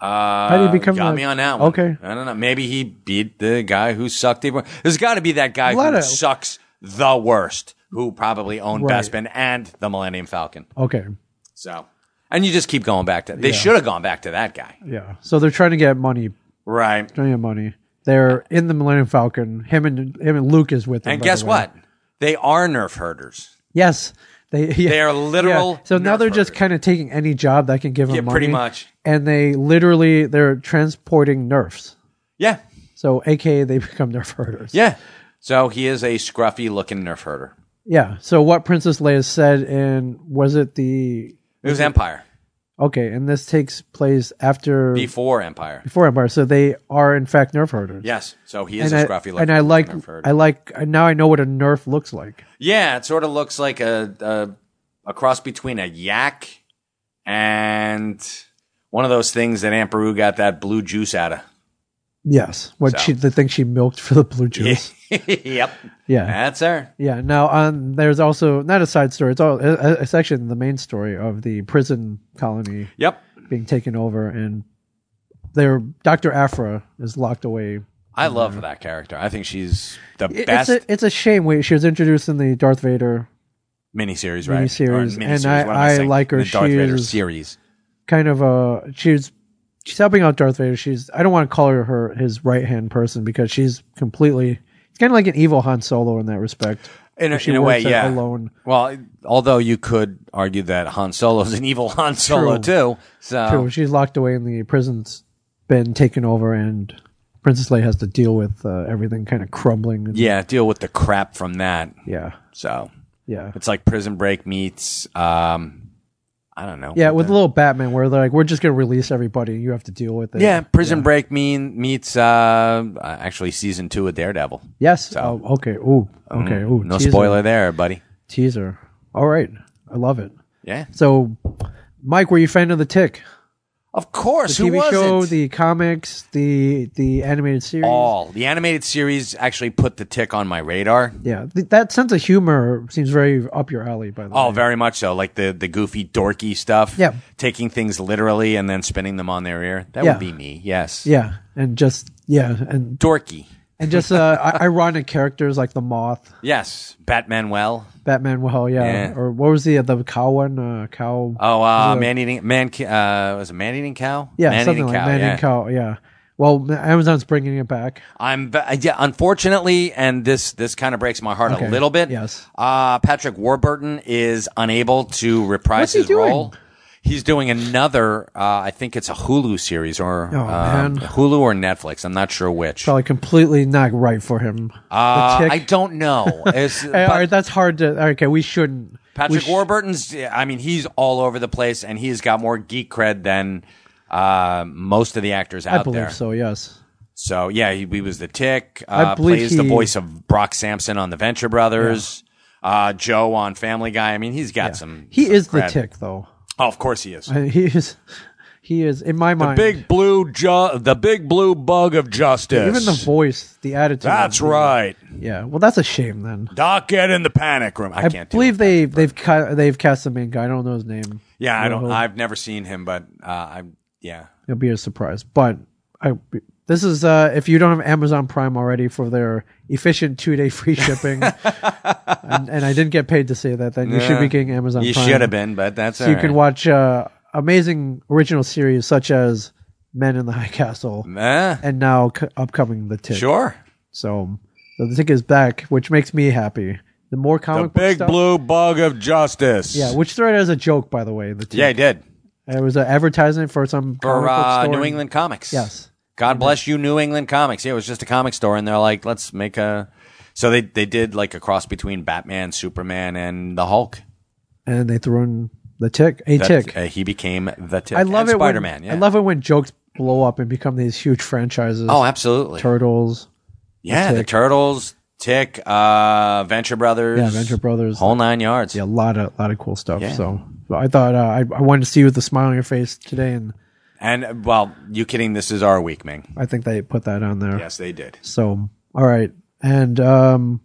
uh,
how did he become
got
the-
me on that one.
Okay.
I don't know. Maybe he beat the guy who sucked even. There's got to be that guy
Lot
who
of-
sucks the worst, who probably owned
Right.
Bespin and the Millennium Falcon.
Okay.
So, and you just keep going back to. They should have gone back to that guy,
Yeah. So they're trying to get money.
right?
Trying to get money. They're in the Millennium Falcon. Him and him and Luke is with them.
And
by
guess
the way.
what? They are nerf herders.
Yes. They <laughs> yeah,
They are literal
So now they're just
nerfers.
kind of taking any job that can give them
Yeah,
money.
pretty much.
And they literally they're transporting nerfs.
Yeah,
So AKA they <laughs> become nerf herders.
yeah. So he is a scruffy looking nerf herder.
Yeah. So what Princess Leia said in was it the
It was Empire
okay, and this takes place after
before Empire.
before Empire, so they are in fact nerf herders.
Yes. So he is
and
a
I,
scruffy looking
and I like
nerf herder.
I like now I know what a nerf looks like.
yeah, it sort of looks like a, a a cross between a yak and one of those things that Aunt Beru got that blue juice out of. <laughs>
Yes, what
So.
she the thing she milked for the blue juice.
yep.
Yeah, yeah.
That's her.
Now on there's also not a side story. It's all uh, it's actually the main story of the prison colony
Yep.
being taken over and their Doctor Afra is locked away
I love that character. I think she's the
It-
best
It's a, it's a shame. We, she was introduced in the Darth Vader,
miniseries, right?
Miniseries,
Or
and
miniseries,
I-
what am I
I
saying?
like her.
The Darth
She
Vader
is-
series.
kind of a she's she's helping out Darth Vader. She's I don't want to call her her his right hand person because she's completely. It's kind of like an evil Han Solo in that respect.
In a,
where she
in a way,
works it
yeah.
Alone.
Well, although you could argue that Han Solo's an evil Han Solo too. So
True. She's locked away in the prison's been taken over, and Princess Leia has to deal with uh, everything kind of crumbling. And,
yeah, deal with the crap from that.
Yeah.
So
Yeah.
it's like Prison Break meets um I don't know.
Yeah, with little Batman, where they're like, "We're just gonna release everybody, and you have to deal with it."
Yeah, Prison Break mean meets uh actually season 2 of Daredevil.
Yes. Oh, okay. Ooh. Okay. Ooh.
Mm-hmm. No
teaser.
spoiler there, buddy.
teaser. All right, I love it.
Yeah.
So, Mike, were you a fan of the Tick?
Of course,
The
who
TV
wasn't?
show, the comics, the the animated series.
all. The animated series actually put the tick on my radar.
Yeah, th- that sense of humor seems very up your alley. By the
Oh,
way,
very much so. Like the the goofy, dorky stuff.
Yeah.
Taking things literally and then spinning them on their ear. That
Yeah.
would be me. Yes.
yeah, and just yeah, and
Dorky.
and just uh, i- <laughs> ironic characters like the Moth,
Yes. Batman. Well.
Batman. Well, yeah,
Yeah.
or what was the the cow one? Uh, cow.
Oh, uh, man eating man. ca- Uh, was it man eating cow?
yeah,
man
something like man
yeah.
and cow. Yeah. Well, Amazon's bringing it back.
I'm ba- yeah. Unfortunately, and this this kind of breaks my heart
Okay.
a little bit.
Yes.
Uh, Patrick Warburton is unable to reprise
What's he
his
doing?
role. He's doing another. Uh, I think it's a Hulu series or
Oh,
uh,
man.
Hulu or Netflix. I'm not sure which.
Probably completely not right for him.
Uh,
The Tick.
I don't know.
<laughs>
It's-
Hey, all
but
right, that's hard to. Okay, we shouldn't. we
Patrick
sh-
Warburton's. I mean, he's all over the place, and he's got more geek cred than uh, most of the actors out
I believe
there.
so. Yes.
So, yeah, he, he was the Tick.
I
Uh,
believe
plays the
he-
voice of Brock Sampson on The Venture Brothers. Uh, Joe on Family Guy. I mean, he's got some.
He
some
is the
cred.
tick, though. <laughs>
Oh, of course he is.
I- He is. He is in my mind.
Big blue, ju- the big blue bug of justice.
Even the voice, the attitude.
That's
the-
right.
Yeah. Well, that's a shame then.
Doc, get in the panic room. I,
I,
can't do it.
believe they they've ca- they've cast the main guy. I don't know his name.
Yeah, I don't.
Well,
I've never seen him, but uh, I'm. Yeah,
It'll be a surprise. But I, this is uh, if you don't have Amazon Prime already for their efficient two day <laughs> free
<laughs>
shipping, and, and I didn't get paid to say that. Then you should be getting Amazon.
you
Prime.
should have been, but that's
So you can watch uh, amazing original series such as Men in the High Castle
Eh,
and now c- upcoming The Tick.
sure.
So, so The Tick is back, which makes me happy. The more comic
The
book
big
stuff-
blue bug of justice.
Yeah, which started as a joke, by the way. in The
yeah, he did
it was an advertisement for some comic
for
book
uh,
store
New
in-
England Comics.
Yes.
God bless you, New England Comics. Yeah, it was just a comic store, and they're like, let's make a. So they they did like a cross between Batman, Superman, and the Hulk.
and they threw in the tick, a
That-
tick.
uh, he became the Tick.
I love
and
it.
Spider Man.
when-
Yeah.
I love it when jokes blow up and become these huge franchises.
Oh, absolutely.
Turtles,
yeah, the
Tick.
Turtles, Tick, uh, Venture Brothers.
yeah, Venture Brothers,
Whole nine yards.
yeah, a lot of lot of cool stuff.
Oh. Yeah.
So but I thought uh, I I wanted to see you with a smile on your face today, and
And well, you kidding? This is our week, Ming.
I think they put that on there.
Yes, they did.
So all right, and um,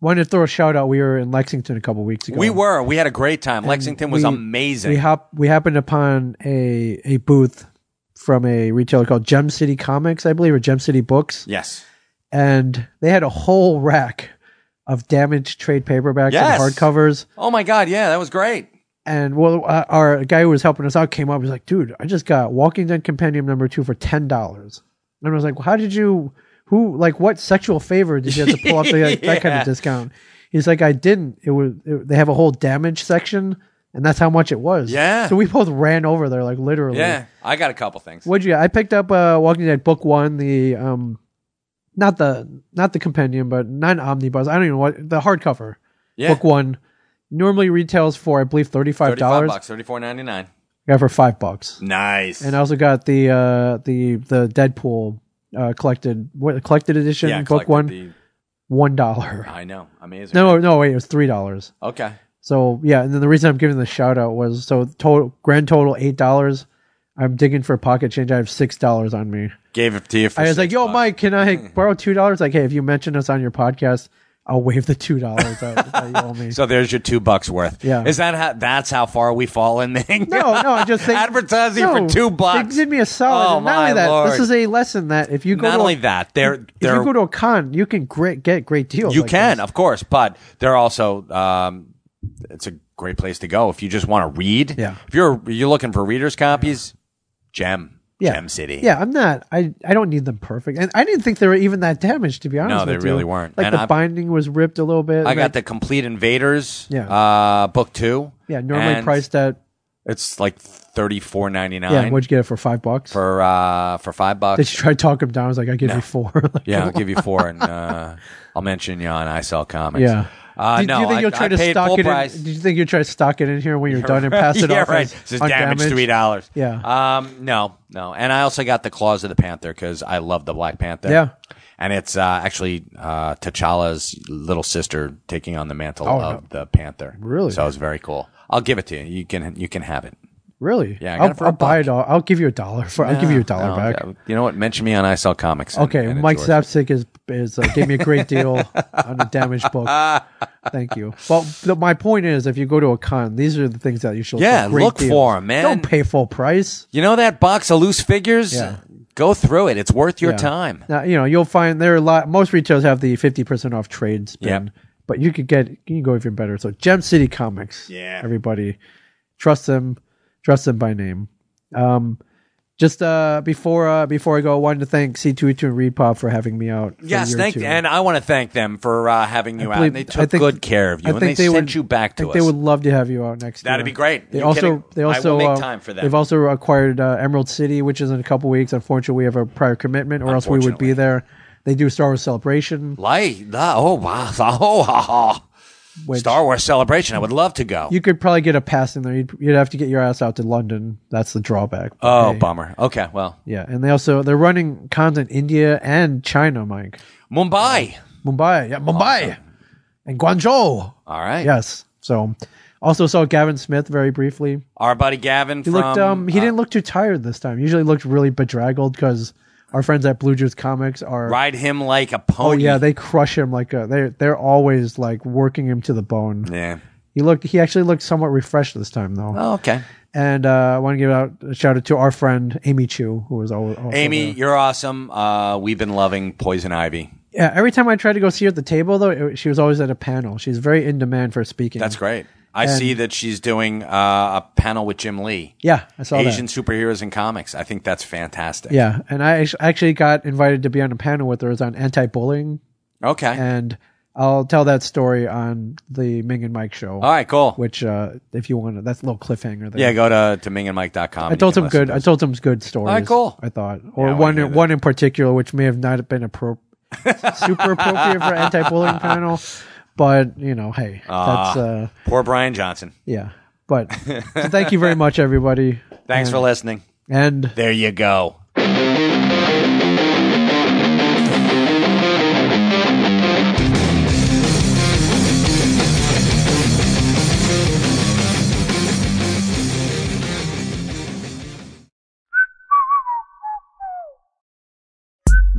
wanted to throw a shout out. We were in Lexington a couple weeks ago.
We were. We had a great time. Lexington was
we-
amazing.
we hop we happened upon a a booth from a retailer called Gem City Comics, I believe, or Gem City Books,
yes.
and they had a whole rack of damaged trade paperbacks
Yes.
and hardcovers.
Oh my God. Yeah, that was great.
And well, uh, our guy who was helping us out came up. He's like, "Dude, I just got Walking Dead Compendium number two for ten dollars." And I was like, well, "How did you? Who? Like, what sexual favor did you have to pull
<laughs>
off the, like, that kind
Yeah.
of discount?" He's like, "I didn't. It was it, they have a whole damage section, and that's how much it was."
Yeah.
So we both ran over there, like literally.
Yeah, I got a couple things.
What'd you? I picked up uh, Walking Dead book one, the um, not the not the compendium, but not an omnibus. I don't even know what the hardcover
yeah.
book one. Normally retails for I believe thirty five dollars.
bucks, thirty four ninety nine.
Got it for five bucks.
Nice.
And I also got the uh, the the Deadpool uh, collected what collected edition book
collected
one
the-
one dollar. <laughs>
I know, amazing.
No, no, wait, it was three dollars.
okay.
So yeah, and then the reason I'm giving the shout out was so total grand total eight dollars. I'm digging for pocket change. I have six dollars on me.
Gave it to you
I
for.
was
six
like, "Yo,
bucks.
Mike, can
<laughs>
I borrow two dollars?" Like, hey, if you mention us on your podcast, I'll waive the two dollars that, that you owe me.
<laughs> So there's your two bucks worth.
Yeah.
Is that how? That's how far we fall in, Ming.
no, no, I
<laughs>
just think
Advertising for
No,
two bucks.
They did me a solid.
Oh,
and not only
my
that,
Lord.
this is a lesson that if you go
Not
to a-
only that, they're
if
they're
you go to a con, you can great, get great deals.
You
like
can,
this.
of course, but they're also um, it's a great place to go if you just want to read.
Yeah.
If you're you're looking for readers copies, Gem,
Yeah.
Gem City.
Yeah, I'm not. I I don't need them perfect, and I didn't think they were even that damaged. To be honest,
No, they
with you.
really weren't.
Like
And
the
I've-
binding was ripped a little bit.
I got
like-
the Complete Invaders.
Yeah.
Uh, book two.
yeah. Normally
and
priced at
It's like thirty four ninety
yeah.
nine
What'd you get it for? Five bucks.
for uh for five bucks.
Did you try to talk him down? I was like, I give you four. <laughs> Like,
yeah, I'll give you
<laughs>
four, and uh, I'll mention you on I Sell Comics.
Yeah.
Uh,
Did-
no,
do you think
I,
you'll try
I
to
paid
stock
full
it?
price.
In, did you think you'll try to stock it in here
<laughs>
when you're done and pass it
yeah,
off?
right.
as
This is damage
undamaged?
three dollars.
Yeah.
Um. No. No. And I also got the claws of the panther because I love the Black Panther.
Yeah.
And it's uh, actually uh, T'Challa's little sister taking on the mantle
Oh,
of the panther.
Really?
So it was very cool. I'll give it to you. You can you can have it.
Really?
Yeah, I got
I'll,
it for a
I'll buy
buck.
it all. I'll give you a dollar for. I'll give you a dollar
No,
back.
yeah. You know what? Mention me on I Sell Comics. and-
Okay,
and it's
Mike
yours.
Zapsik is is uh, gave me a great deal on a damaged
<laughs>
book. Thank you. Well, th- my point is, if you go to a con, these are the things that you should
Yeah,
great
look
deals.
for 'em, man.
Don't pay full price.
You know that box of loose figures?
Yeah.
Go through it. It's worth your
Yeah.
time.
Now you know you'll find there are a lot. Most retailers have the fifty percent off trades.
Yep.
but you could get you can go even better. So Gem City Comics.
Yeah.
everybody, trust them, trust them by name. Um, just uh, before uh, before I go, I wanted to thank C two E two and Reed Pop for having me out. for a
Yes,
year or
thank
two.
and I want to thank them for uh, having you out.
believe-
And they
I
took
think-
good care of you,
I
and they,
think they
sent
would-
you back
I
to
think
us.
they would love to have you out next.
That'd
year.
be great.
They
You
also
kidding?
they
I
also
will make
uh,
time for them.
They've also acquired uh, Emerald City, which is in a couple weeks. Unfortunately, we have a prior commitment, or else we would be
Unfortunately.
there. They do Star Wars Celebration.
Like, the- oh wow, <laughs> oh, ha, ha.
Which
Star Wars Celebration. I would love to go.
You could probably get a pass in there. You'd, you'd have to get your ass out to London. That's the drawback.
oh,
Hey.
bummer. Okay, well,
yeah. And they also they're running cons in India and China, Mike.
Mumbai.
Mumbai, yeah, Mumbai, and Guangzhou.
All right.
Yes. So, also saw Gavin Smith very briefly.
Our buddy Gavin
He
from. uh,
looked um he didn't look too tired this time. Usually looked really bedraggled because our friends at Blue Juice Comics are
ride him like a
oh
pony.
yeah they crush him like a, they they're always like working him to the bone.
yeah.
He looked he actually looked somewhat refreshed this time though.
Oh, okay.
And uh, I want to give out a shout out to our friend Amy Chu who was always also
Amy,
there.
you're awesome. Uh, we've been loving Poison Ivy.
Yeah, every time I tried to go see her at the table though it- she was always at a panel. She's very in demand for speaking.
That's great. I see that she's doing uh, a panel with Jim Lee.
Yeah, I saw that.
Asian superheroes in comics. I think that's fantastic.
Yeah, and I act- actually got invited to be on a panel with her. It was on anti-bullying
Okay.
and I'll tell that story on the Ming and Mike show.
All right, cool.
Which, uh, if you want to, that's a little cliffhanger there.
Yeah, go to, to mingandmike.com.
I told some good. I told some good stories.
Alright, cool.
I thought, or
Yeah, I wanna hear
one
that.
one in particular, which may have not been
<laughs>
appro- super appropriate for anti-bullying panel, but you know, hey,
Ah.
that's uh,
Poor Brian Johnson.
yeah.
<laughs>
But so thank you very much, everybody,
Thanks for listening.
and
There you go.